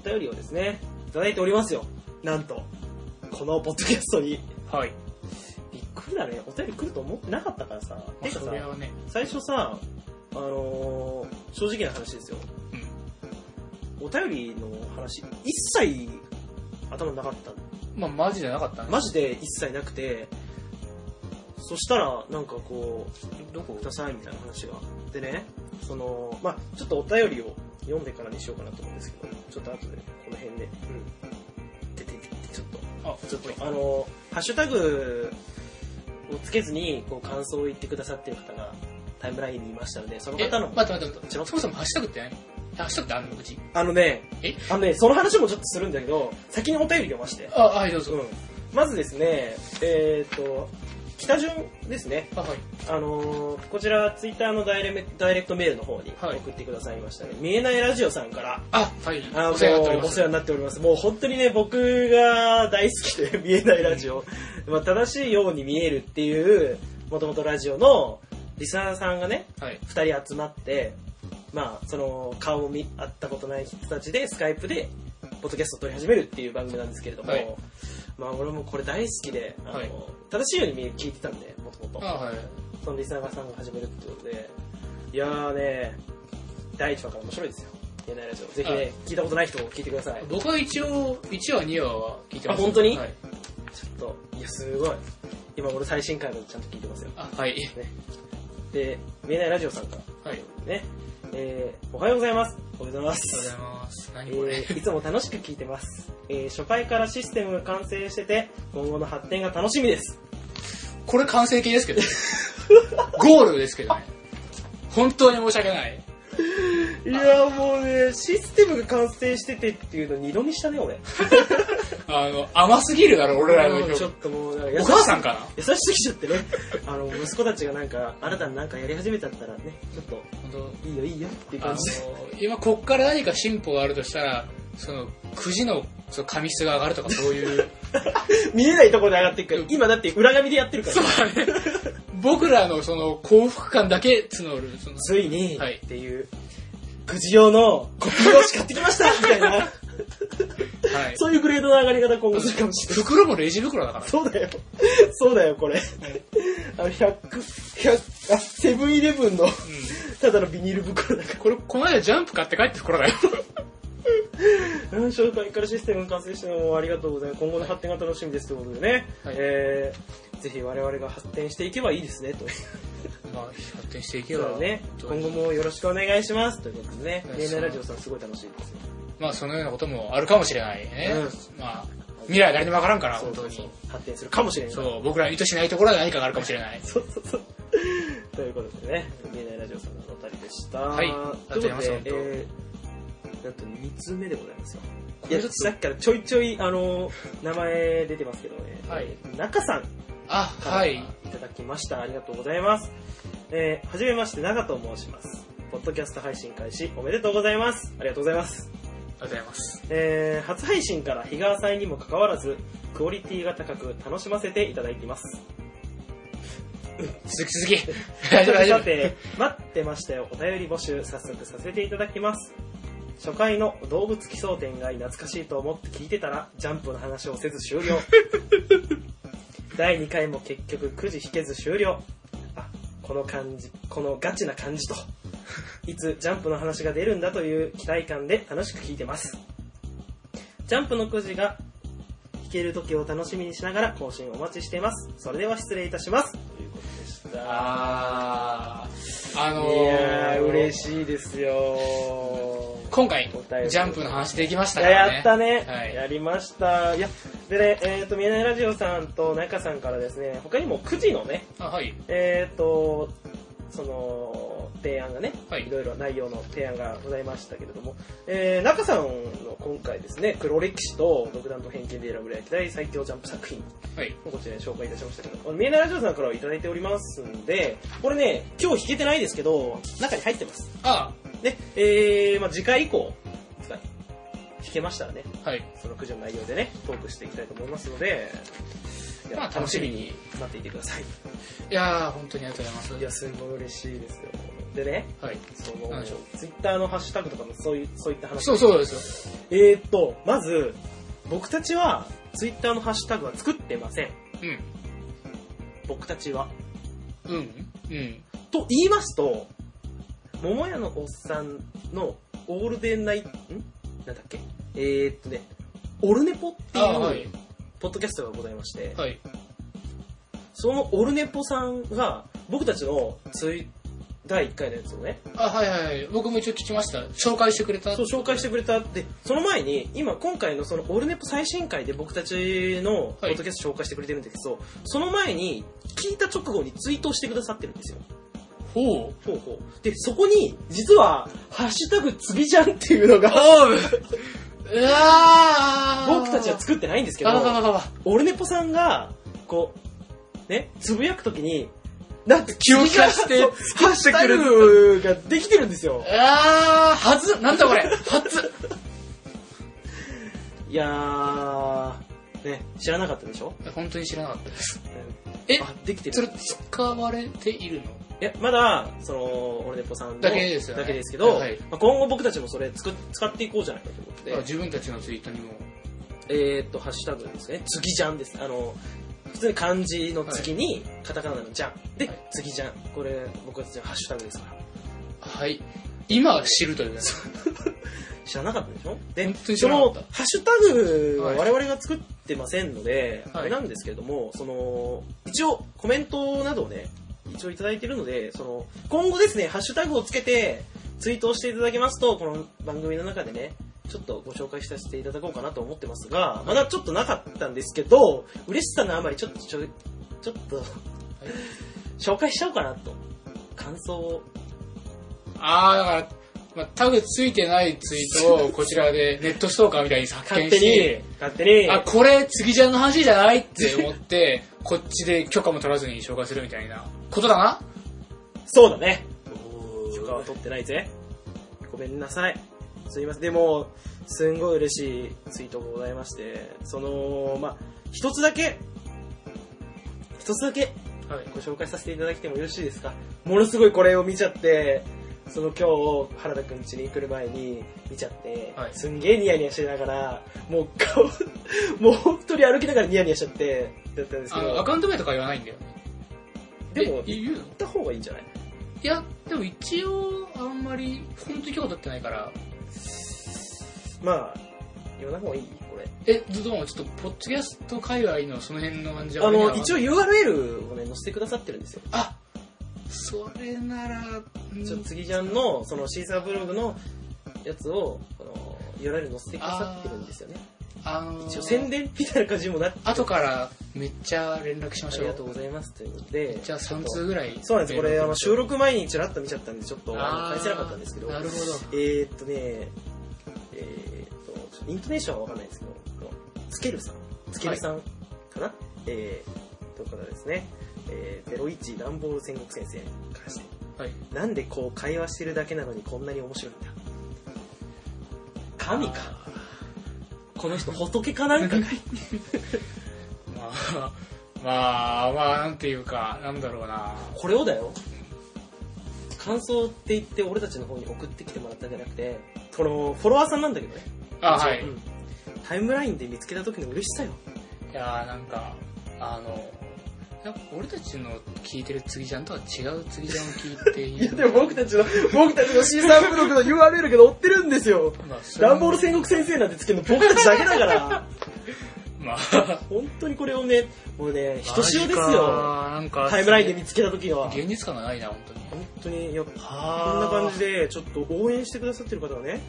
A: お便りをですね、いただいておりますよ。なんと、このポッドキャストに。
B: はい。
A: びっくりだね。お便り来ると思ってなかったからさ。
B: まあ
A: てか
B: そ
A: さ
B: れ、はね、
A: 最初さ、あのー、正直な話ですよ。
B: うん。
A: お便りの話、一切頭になかったの
B: まあ、マジじゃなかったね。
A: マジで一切なくて、そしたら、なんかこう、
B: どこ
A: くださいみたいな話が。でね、その、まあちょっとお便りを読んでからにしようかなと思うんですけど、ちょっと後で、この辺で、うん。出てきて、ちょっと。
B: あ、
A: ちょっと、あの、ハッシュタグをつけずに、こう、感想を言ってくださってる方が、タイムラインにいましたので、その
B: え、
A: 方の、
B: 待って待って待っ
A: ちょ
B: て。そもそもハッシュタグって何ハッシュタグってあんの口
A: あのね
B: え、
A: あのね、その話もちょっとするんだけど、先にお便り読まして。
B: あ、はい、どう
A: う
B: ぞ。
A: ん。まずですね、えっ、と、北順ですね。
B: あ、はい。
A: あのーこちら、ツイッターのダイレメダイレクトメールの方に
B: はい
A: 送ってくださいましたね。見えないラジオさんから、
B: あ、はい。
A: あの
B: お世話になっており
A: お
B: ます
A: 世。話になっております。もう本当にね、僕が大好きで、 見えないラジオ。まあ、正しいように見えるっていう、もともとラジオのリスナーさんがね、
B: はい。
A: 二人集まって、まあ、その、顔を見、会ったことない人たちで、スカイプで、ポッドキャストを撮り始めるっていう番組なんですけれども、
B: はい
A: まあ、俺もこれ大好きで、あの、
B: はい
A: 正しいように見え聞いてたんで、もとも
B: あ、
A: と。
B: はい。
A: そのリスナーさんが始めるってことで、いやーね、第1話から面白いですよ。見えないラジオ。ぜひ
B: はい
A: ね、聞いたことない人も聞いてください。
B: 僕は一応、1話、2話は聞いてます。
A: あ本当に
B: はい。
A: ちょっと、いや、すごい。今俺最新回までちゃんと聞いてますよ。
B: あ、はい。
A: で、見えないラジオさんから
B: はい。ありがとう
A: ね、えー、おはようございます。おはようございま
B: ござ
A: す
B: い。ます。
A: え
B: 何これ。
A: ー、いつも楽しく聞いてます、えー、初回からシステムが完成してて今後の発展が楽しみです
B: これ完成形ですけどね。 ゴールですけどね。本当に申し訳ない。
A: いやもうねシステムが完成しててっていうの二度見したね俺
B: あの、甘すぎるだろ、俺らの
A: もう
B: 評
A: ち
B: 価
A: ょっともうなんか優
B: お
A: し
B: 母さんかな
A: 優しすぎちゃってねあの息子たちがなんか新たになんかやり始めたったらねちょっと
B: 本当
A: いいよいいよっていう
B: あ
A: 感
B: の
A: じで、
B: 今こっから何か進歩があるとしたら、その、くじの、その、紙質が上がるとかそう いう、
A: 見えないところで上がっていく今だって裏紙でやってるから
B: そうだね。僕らのその、幸福感だけ募る、その、
A: ついに、
B: はい
A: っていうくじ用のコピー用紙買ってきました みたいな
B: はい。
A: そういうグレードの上がり方今後するかもしれない
B: 袋もレジ袋だから。
A: そうだよ。そうだよ、これ。あの、100、100、あ、セブンイレブンの、
B: ん
A: ただのビニール袋だか
B: これ、この間ジャンプ買って帰って袋だよ。
A: ら。うん紹介からシステム完成してもありがとうございます。今後の発展が楽しみですということでね。
B: はい
A: えー、ぜひ我々が発展していけばいいですね、という。
B: まあ、発展していけ
A: そう
B: ば
A: だ。ね。今後もよろしくお願いします。ということでね
B: は。い
A: 年内ラジオさんすごい楽しいですよ。
B: まあ、そのようなこともあるかもしれないね。
A: う
B: まあ、未来は誰にもわからんから、
A: そ
B: 本
A: うそ
B: 当
A: うそう
B: に。。
A: 発展するかもしれない。
B: そう、僕らの意図しないところで何かがあるかもしれない。
A: そうそうそう。 ということでね、見えないラジオさんのお二人でした。
B: はい
A: というこ
B: あ
A: と
B: りがとうございます
A: で、えー、なんと2通目でございますよ。
B: こ
A: いや、
B: れ
A: ち
B: ちょっ
A: ょっとさっきからちょいちょい、あのー、名前出てますけどね、
B: はい
A: えー中さん
B: あ、
A: から、、
B: はいい。
A: ただきました。ありがとうございます。えー、はじめまして、中と申します。ポッドキャスト配信開始おめでとうございます。ありがとうございます。
B: ありがとうございます。
A: えー、初配信から日川祭にもかかわらず、クオリティが高く楽しませていただいています。
B: 続き続 き。
A: さ
B: 大丈夫大
A: て
B: 丈
A: さ
B: 夫。
A: て、待ってましたよ。お便り募集、早速させていただきます。初回の動物奇想天外懐かしいと思って聞いてたら、ジャンプの話をせず終了。第2回も結局くじ引けず終了。あ、この感じ、このガチな感じと。いつジャンプの話が出るんだという期待感で楽しく聞いてます。ジャンプのくじが引ける時を楽しみにしながら更新お待ちしています。それでは失礼いたします。ということでした。
B: あー、あの
A: いやー、嬉
B: い。
A: しいですよー
B: 今回
A: お便、り
B: ジャンプの話できまし
A: い
B: たか
A: や、
B: らね。
A: やったね。
B: はい
A: やりました。いや、でね、えっ、と、宮内ラジオさんと中さんからですね、他にも9時のね、
B: あ、はい。
A: えっ、と、その、提案がね、
B: はい
A: いろいろ内容の提案がございましたけれども、えー、中さんの今回ですね、黒歴史と独断と偏見で選ぶ歴代最強ジャンプ作品
B: はい。
A: こちらに紹介いたしましたけど、宮内ラジオさんからいただいておりますんで、これね、今日弾けてないですけど、中に入ってます。
B: あ、
A: ね、えー、まあ次回以降、ですかね弾けましたらね、
B: はい。
A: その九条の内容でね、トークしていきたいと思いますので、いや
B: まあ楽しみに
A: 楽しみに待っていてください。
B: いやー、本当にありがとうございます。
A: いや、すごい嬉しいですよ。でね、
B: はい。
A: その
B: なんでしょう、
A: ツイッターのハッシュタグとかもそういう、そういった話。
B: そうそうです
A: えーっと、まず、僕たちは、ツイッターのハッシュタグは作ってません。
B: よ。
A: 僕たちは。
B: うん。うん。うん。
A: と言いますと、桃屋のおっさんのオールデンナイト、んなんだっけえーっとね、オルネポって、
B: あはいいう
A: ポッドキャストがございまして、
B: はい。
A: そのオルネポさんが、僕たちのツイ、第1回のやつをね、
B: あ、はいはいはい。僕も一応聞きました。紹介してくれた。
A: そう紹介してくれたって、その前に、今、今回のそのオルネポ最新回で僕たちのポッドキャスト紹介してくれてるんですけど、その前に、聞いた直後にツイートをしてくださってるんですよ。
B: ほう。
A: ほうほう。で、そこに、実は、ハッシュタグ次じゃんっていうのが、
B: あーうわー
A: 僕たちは作ってないんですけ
B: あららら
A: ど、
B: ら
A: オルネポさんが、こう、ね、つぶやくときに、なんと
B: 気を利かして
A: そうハッシュタグができてるんですよ。
B: あーはずなんだこれはず
A: いやー、ね、知らなかったでしょ、
B: 本当に知らなかったです。
A: うん
B: え
A: あ、できてる。
B: それ使われているの
A: いや、まだ、その、オルネポさんの
B: だけですよね
A: だけですけど、
B: はい
A: まあ、今後僕たちもそれつく使っていこうじゃないかと思って
B: あ、自分たちのツイートにも。
A: えーっと、ハッシュタグですね、次じゃんです。あの、普通に漢字の次に、カタカナのじゃん。で、
B: はい
A: 次じゃん。これ、僕たちのハッシュタグですから。
B: はい。今知るというね。
A: 知らなかったでしょ
B: 本当
A: で、
B: に
A: そ
B: 知ら
A: の
B: なかっ、た
A: ハッシュタグは
B: はい
A: 我々が作ってませんので、
B: はい
A: あれなんですけれども、その、一応コメントなどをね、一応いただいてるので、その、今後ですね、ハッシュタグをつけて、ツイートをしていただけますと、この番組の中でね、ちょっとご紹介させていただこうかなと思ってますが、まだちょっとなかったんですけど、嬉しさのあまりちょっと、ちょちょっと、 紹介しちゃおうかなと。感想を。
B: あー、だから、まあ、タグついてないツイートをこちらでネットストーカーみたいに発
A: 勝
B: 見
A: 手
B: し
A: に、、勝手に。
B: あ、これ、次じゃんの話じゃないって思って、こっちで許可も取らずに紹介するみたいなことだな
A: そうだね。許可
B: お
A: は取ってないぜ。ごめんなさい。すいません。でも、すんごい嬉しいツイートがございまして、その、まあ、一つだけ、一つだけ
B: はい。
A: ご紹介させていただいてもよろしいですかものすごいこれを見ちゃって、その今日、原田くん家に来る前に見ちゃって、
B: はい
A: すんげえニヤニヤしながら、もう顔、 もう本当に歩きながらニヤニヤしちゃって、だったんですけ
B: あの、ア
A: ど、
B: カウント名とか言わないんだよ。
A: でも
B: え言うの
A: 行った方がいいんじゃない
B: いや、でも一応、あんまり、本当に許可取ってないから、
A: まあ、言わない方がいいこれ。
B: え、どうも、ちょっと、ポッドキャスト界隈のその辺の感じは
A: あ
B: 俺に
A: の、
B: は
A: 一応 URL をね、載せてくださってるんですよ。
B: あ、それなら、うん
A: ちょ次ちゃんの、そのシーサーブログのやつを、この、URL 載せてくださってるんですよね。
B: あの
A: 一
B: ー
A: 応宣伝みたいな感じにもなって、
B: 後からめっちゃ連絡しま
A: あ
B: し
A: り
B: ょ
A: が
B: う
A: と。うございますということで。
B: じゃあ3通ぐらい。
A: そうなんです。これ、あの、収
B: 録
A: 録前にちらっと見ちゃったんで、ちょっと、あの返せなかったんですけど。
B: なるほど。
A: えーっとね、えーっと、ちょっとイントネーションはわかんないですけど、このつけるさん、つけるさんかな、えー、という方ですね。えー、01ダンボール戦国先生からして。
B: はい。
A: なんでこう会話してるだけなのにこんなに面白いんだ神かこの人仏か なんかかい
B: まあ、 まあ、まあ、なんていうか、なんだろうな。
A: これをだよ感想って言って俺たちの方に送ってきてもらったんじゃなくてこのフォロワーさんなんだけどね
B: あ、はい。
A: う
B: い
A: んタイムラインで見つけた時の嬉しさよ
B: やーなんか、あの、なんか俺たちの聞いてる次じゃんとは違う次じゃんを聞いて いる。
A: たちの僕たちの C3 ブログの URL が載ってるんですよ
B: まあ、それ
A: ダンボ
B: も
A: ール戦国先生なんてつけるの僕たちだけだから
B: まあ、
A: 本当にこれをねもうねひとしおです
B: マジ
A: よ
B: かなんか、
A: タイムラインで見つけた時は
B: 現実感がないな、本当に。
A: 本当によこん
B: は
A: な感じ
B: で。
A: でちょっと応援してくださってる方がね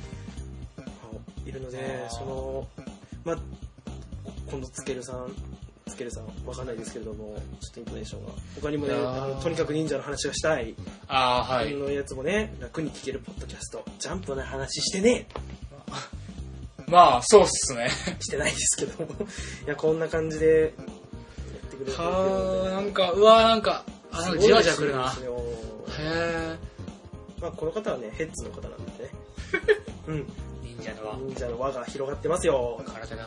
A: いるので
B: あー
A: そのまあ今度つけるさんつけるさんわかんないですけれどもちょっとイントネーションが他にもね
B: いやー
A: あのとにかく忍者の話がしたい、
B: ああ、はい。
A: のやつもね楽に聞けるポッドキャストジャンプの話してね
B: まあ、そうっすね。
A: してないですけども いやこんな感じでやってくれてる
B: はあ、な
A: ので
B: んか、うわーなんか、あ、なんかじわじわくるな。
A: すごいですよ
B: へ
A: まあこの方はねヘッズの方なん でねうん
B: え。忍者のは、
A: 忍者の輪が広がってますよ
B: 空手だ。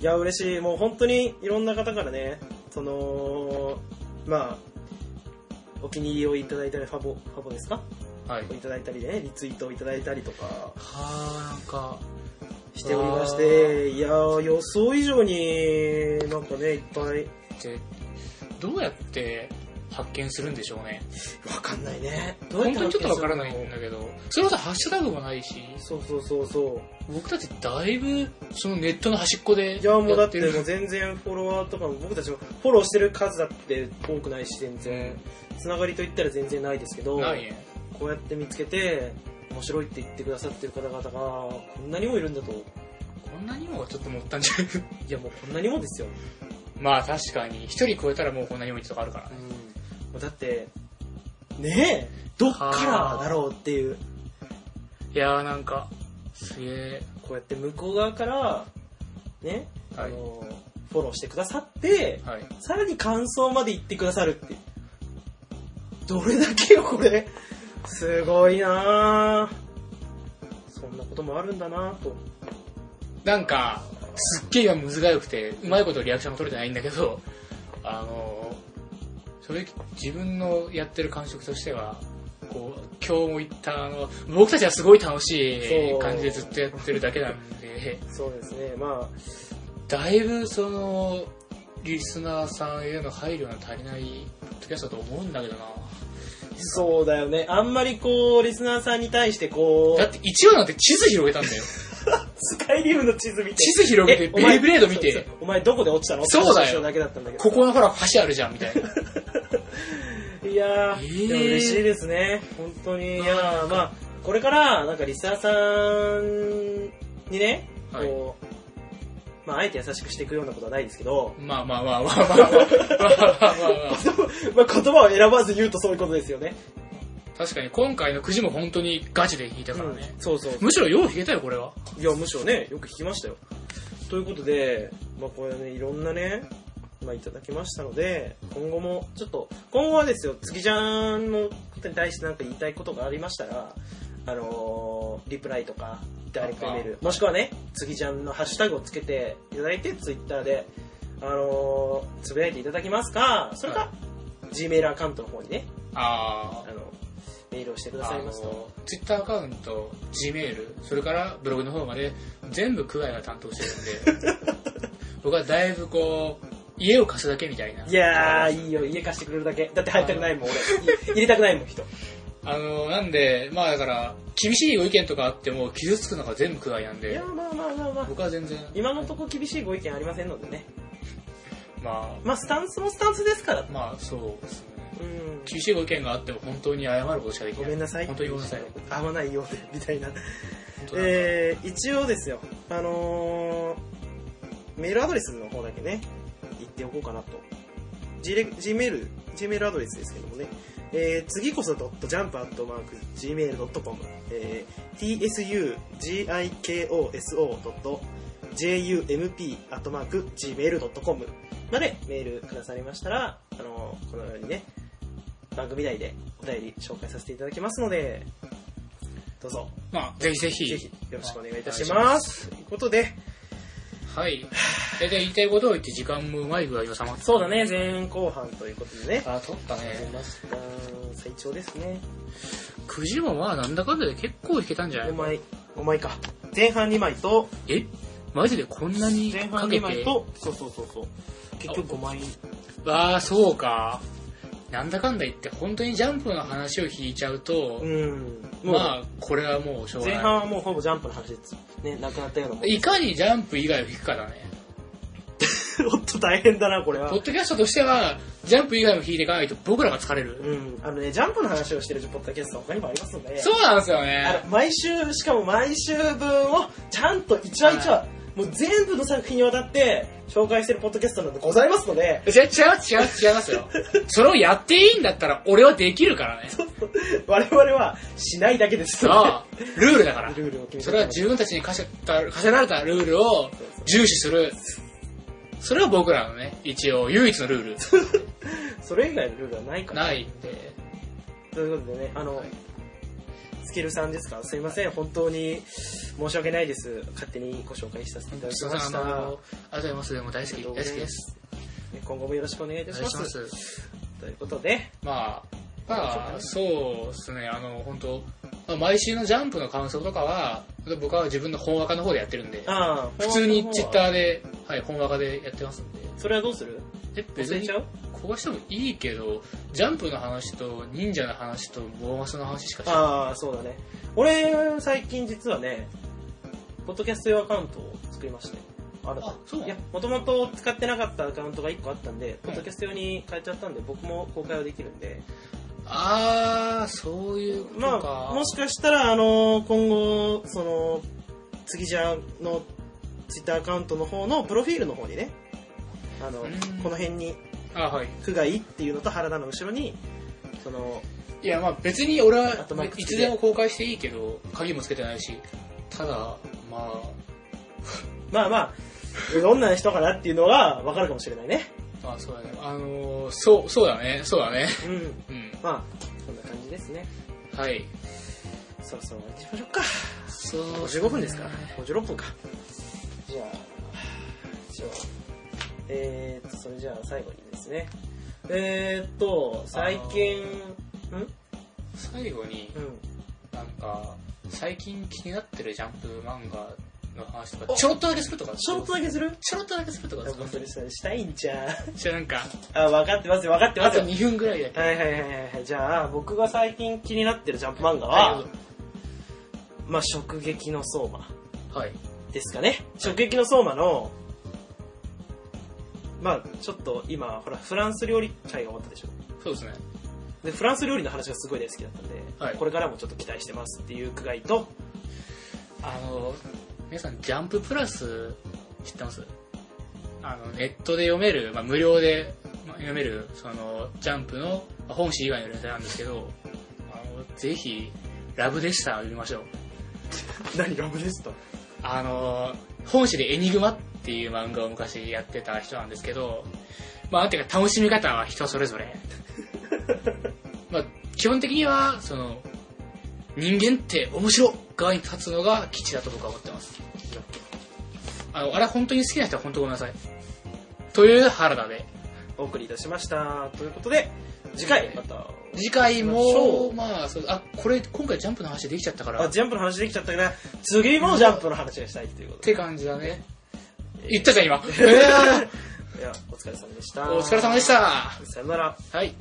A: いや、嬉しい。もう本当にいろんな方からね、その、まあ、お気に入りをいただいたり、ファボ、ファボですか
B: はい。
A: いただいたりね、リツイートをいただいたりとか
B: はあ、なんか、
A: しておりまして、いやー、予想以上になんかね、いっぱい、
B: でどうやって発見するんでしょうね。
A: わかんないね。どう
B: 本
A: やって
B: 当にちょっとわからない
A: 発見す
B: ん
A: るの
B: だけど、それこそハッシュタグもないし、
A: そうそうそうそう。
B: 僕たちだいぶそのネットの端っこで
A: いやもうだ
B: や
A: っ
B: ってて
A: もう
B: る。
A: 全然フォロワーとかも僕たちもフォローしてる数だって多くないし全然つながりといったら全然ないですけど
B: ないね。
A: こうやって見つけて面白いって言ってくださってる方々がこんなにもいるんだとい
B: こんなにもちょっともったんじゃ ない
A: やもうこんなにもですよ、
B: まあ確かに、一人超えたらもうこんなにもいいとかあるからね。
A: もうだってねえどっからだろうっていう
B: いやーなんか、すげえ。
A: こうやって向こう側からね、
B: はい
A: あのフォローしてくださって
B: はい。
A: さらに感想まで言ってくださるっていう。どれだけよ、これ。すごいなぁ。そんなこともあるんだなぁと。
B: なんか、すっげえ今むずがよくて、うまいことリアクションも取れてないんだけど、あのー、正直自分のやってる感触としては、こう、今日も言った、あの、僕たちはすごい楽し
A: そう
B: い感じでずっとやってるだけなんで、
A: そうですね、まあ、
B: だいぶその、リスナーさんへの配慮が足りない時はそうだと思うんだけどな。
A: そうだよね。あんまりこう、リスナーさんに対してこ
B: だ
A: う
B: っ、て一話なんて地図広げたんだよ。
A: スカイリムの地図見て。
B: 地図広げて、
A: えお前
B: ベイブレード見
A: そうそ
B: て、
A: うお前どこで落ちたの
B: そうだよ
A: って話をしただけだったんだけど。
B: ここのほら橋あるじゃん、みたいな。
A: いやー、
B: えー
A: でも嬉しいですね。本当に。いやー、まあ、これから、なんかリスナーさんにね、
B: はい
A: こう、まあ、あえて優しくしていくようなことはないですけど、
B: まあまあまあまあまあまあまあまあまあまあ。
A: まあ、言葉を選ばず言うとそういうことですよね。
B: 確かに今回のくじも本当にガチで引いたからね。
A: そうそう。
B: むしろよう引けたよ、これは。
A: いや、むしろね、よく聞きましたよ。ということで、まあ、これね、いろんなね、まあ、いただきましたので、今後も、ちょっと、今後はですよ、月ちゃんのことに対してなんか言いたいことがありましたら、あのーリプライとか、ダイレクトメール、もしくはね、月ちゃんのハッシュタグをつけていただいて、ツイッターで、あのーつぶやいていただきますか、それか、
B: は
A: Gmail アカウントの方にね、
B: あ
A: あの、メールをしてく
B: ー
A: だ
B: あ
A: さいますと。
B: の、Twitter アカウント、Gmail、それからブログの方まで全部クワイが担当して るんで、僕はだいぶこう、家を貸すだけみたいな。
A: いやー、いいよ、家貸してくれるだけ。だって入りたくない もん、俺。い入れたくないもん、人。
B: あの、なんで、まあだから、厳しいご意見とかあっても傷つくのが全部クワイなん
A: いや
B: で、
A: まあまあまあまあ
B: 僕は全然、
A: 今のとこ厳しいご意見ありませんのでね
B: ま
A: まあスタンスもスタンスですから
B: あ、まあそうですね。
A: うん
B: 厳しいご意見があっても本当に謝ることしかできな
A: ご
B: い。
A: めんなさい
B: 本当にごめんなさい。
A: 合わないようでみたいな
B: 本当だ
A: えー、一応ですよあのー、メールアドレスの方だけね言っておこうかなと G レ Gmail Gmail アドレスですけどもね、えー、次こそ .jump.gmail.com、えー、tsugikoso.jump.gmail.com までメールくださりましたら、あのーこのようにね、番組内でお便り紹介させていただきますので、どうぞ
B: まあ、ぜひぜひ。
A: ぜひよろしくお願いいたします。ということで、
B: はい。大体言いたいことを言って時間もうまい具合に収まった。
A: そうだね、前後半ということでね。
B: あ、取った
A: 出
B: ね。
A: ました。最長ですね。
B: くじもまあなんだかんだで結構引けたんじゃな
A: 5
B: い
A: 枚、5枚か。前半2枚と、
B: えマジでこんなに
A: 前半
B: かけ
A: 2枚
B: て
A: と、そうそうそうそう。結局5枚。
B: ああ、そうか。なんだかんだ言って本当にジャンプの話を引いちゃうと
A: う、ん。もう、
B: まあ、これはもうしょう
A: 前
B: が
A: 半
B: な
A: はもうほぼジャンプの話です。ね、なくなったようなもん。
B: い。いかにジャンプ以外を引くかだね。
A: おっと大変だな、これは
B: ポッ。ドキャストとしては、ジャンプ以外も引いていかないと僕らが疲れる。
A: うん。あのね、ジャンプの話をしてるポッドキャストは他にもありますので。
B: そうなんですよ
A: あの
B: ね。
A: 毎週、しかも毎週分をちゃんと一話一話、もう全部の作品にわたって紹介してるポッドキャストなんでございますので、
B: 違う、違う、違う、違いますよ。それをやっていいんだったら俺はできるからね。
A: 我々はしないだけです
B: そう
A: の
B: ルールだから
A: で、。ルールを決めて
B: それは自分たちに課せた課せられたルールを重視する。それは僕らのね、一応唯一のルー
A: それ以外のルールはないか
B: ル。
A: ら。
B: ないんで。
A: ということでね、あの、
B: はい
A: スケルさんですかすいません、本当に申し訳ないです。勝手にご紹介させていただき
B: すい
A: ま
B: ま
A: し
B: せん、
A: た。
B: あ
A: あ
B: の、ありがとうございます。でも大好き、
A: り
B: 大
A: がと
B: 好
A: うござ
B: き
A: いま
B: です。
A: す今後もよろしくお願いい
B: お
A: たし
B: 願い
A: ま
B: し
A: す。
B: ます。
A: ということで、
B: まあ、まあ、そうですね、あの、本当まあ毎週のジャンプの感想とかは、僕は自分の本若の方でやってるんで、
A: ああ
B: 普通にツイッターで、はい、本若でやってますんで。
A: それはどうする
B: え、別
A: 忘れ
B: に
A: ちゃう
B: 壊してもいいけど、ジャンプの話と忍者の話とボーマスの話しかしない。
A: ああそうだね俺最近実はねポッドキャスト用アカウントを作りましてあら
B: あ、そう
A: いやもともと使ってなかったアカウントが1個あったんでポッドキャスト用に変えちゃったんで僕も公開はできるんで
B: あー、そういうこと
A: ま
B: か。
A: あもしかしたらあの今後その次じゃんのツイッターアカウントの方のプロフィールの方にねあの
B: うん
A: この辺に
B: あ、はい。
A: 区外っていうのと原田の後ろにその
B: いや、まあ別に俺は
A: あとマイク
B: い
A: 付
B: つ
A: きで
B: でも公開していいけど、鍵もつけてないし、ただ、まあ、
A: まあまあどんな人かなっていうのが分かるかもしれないね
B: まあそうだね。あのー、そう、そうだね。そうだね。
A: うん
B: うん。
A: まあそんな感じですね
B: はい。
A: そろそろ終わりにしましょうか
B: そう
A: 55分ですか56分かじゃあじゃあえー、っとそれじゃあ最後にですねえー、っと最近うんうん
B: 最後に、なんか、最近気になってるジャンプ漫画の話とか、
A: お
B: ちょろっとだけするとか。
A: ちょっとだけする
B: ちょろっとだけするとか。
A: それしたいんじゃん
B: じゃあなんか、
A: あ分かってますよ分かってま
B: あ
A: す
B: と
A: よ
B: 2分ぐらいだけ。
A: はいはいはいはいじゃあ僕が最近気になってるジャンプ漫画は、まあ直撃の相馬
B: はい。
A: ですかね。直撃の相馬の、まあちょっと今、ほら、フランス料理会が終わったでしょ。
B: そうですね。
A: で、フランス料理の話がすごい大好きだったんで、
B: はい
A: これからもちょっと期待してますっていうくらいと、
B: あの、皆さん、ジャンププラス知ってますあの、ネットで読める、まあ、無料でまあ読める、その、ジャンプのまあ本誌以外の連載なんですけど、あの、ぜひ、ラブでした読みましょう。
A: 何ラブですと
B: あの、本誌でエニグマっていう漫画を昔やってた人なんですけど、まあ、なんていうか楽しみ方は人それ ぞれ。まあ、基本的には、その、人間って面白側に立つのが基地だと僕は思ってます。あの、あれ本当に好きな人は本当ごめんなさい。という原田で。
A: お送りいたしました。ということで、次回また、
B: 次回
A: そ
B: も
A: う、
B: まあ、そうあ、これ今回ジャンプの話できちゃったから、
A: あ
B: っ
A: ジャンプの話できちゃったけど、次もジャンプの話がしたいっていうことで。
B: て感じだね。言ったじゃん 今。
A: いや、お疲れ様でした。
B: お疲れ様でし。た。
A: さよなら。
B: はい。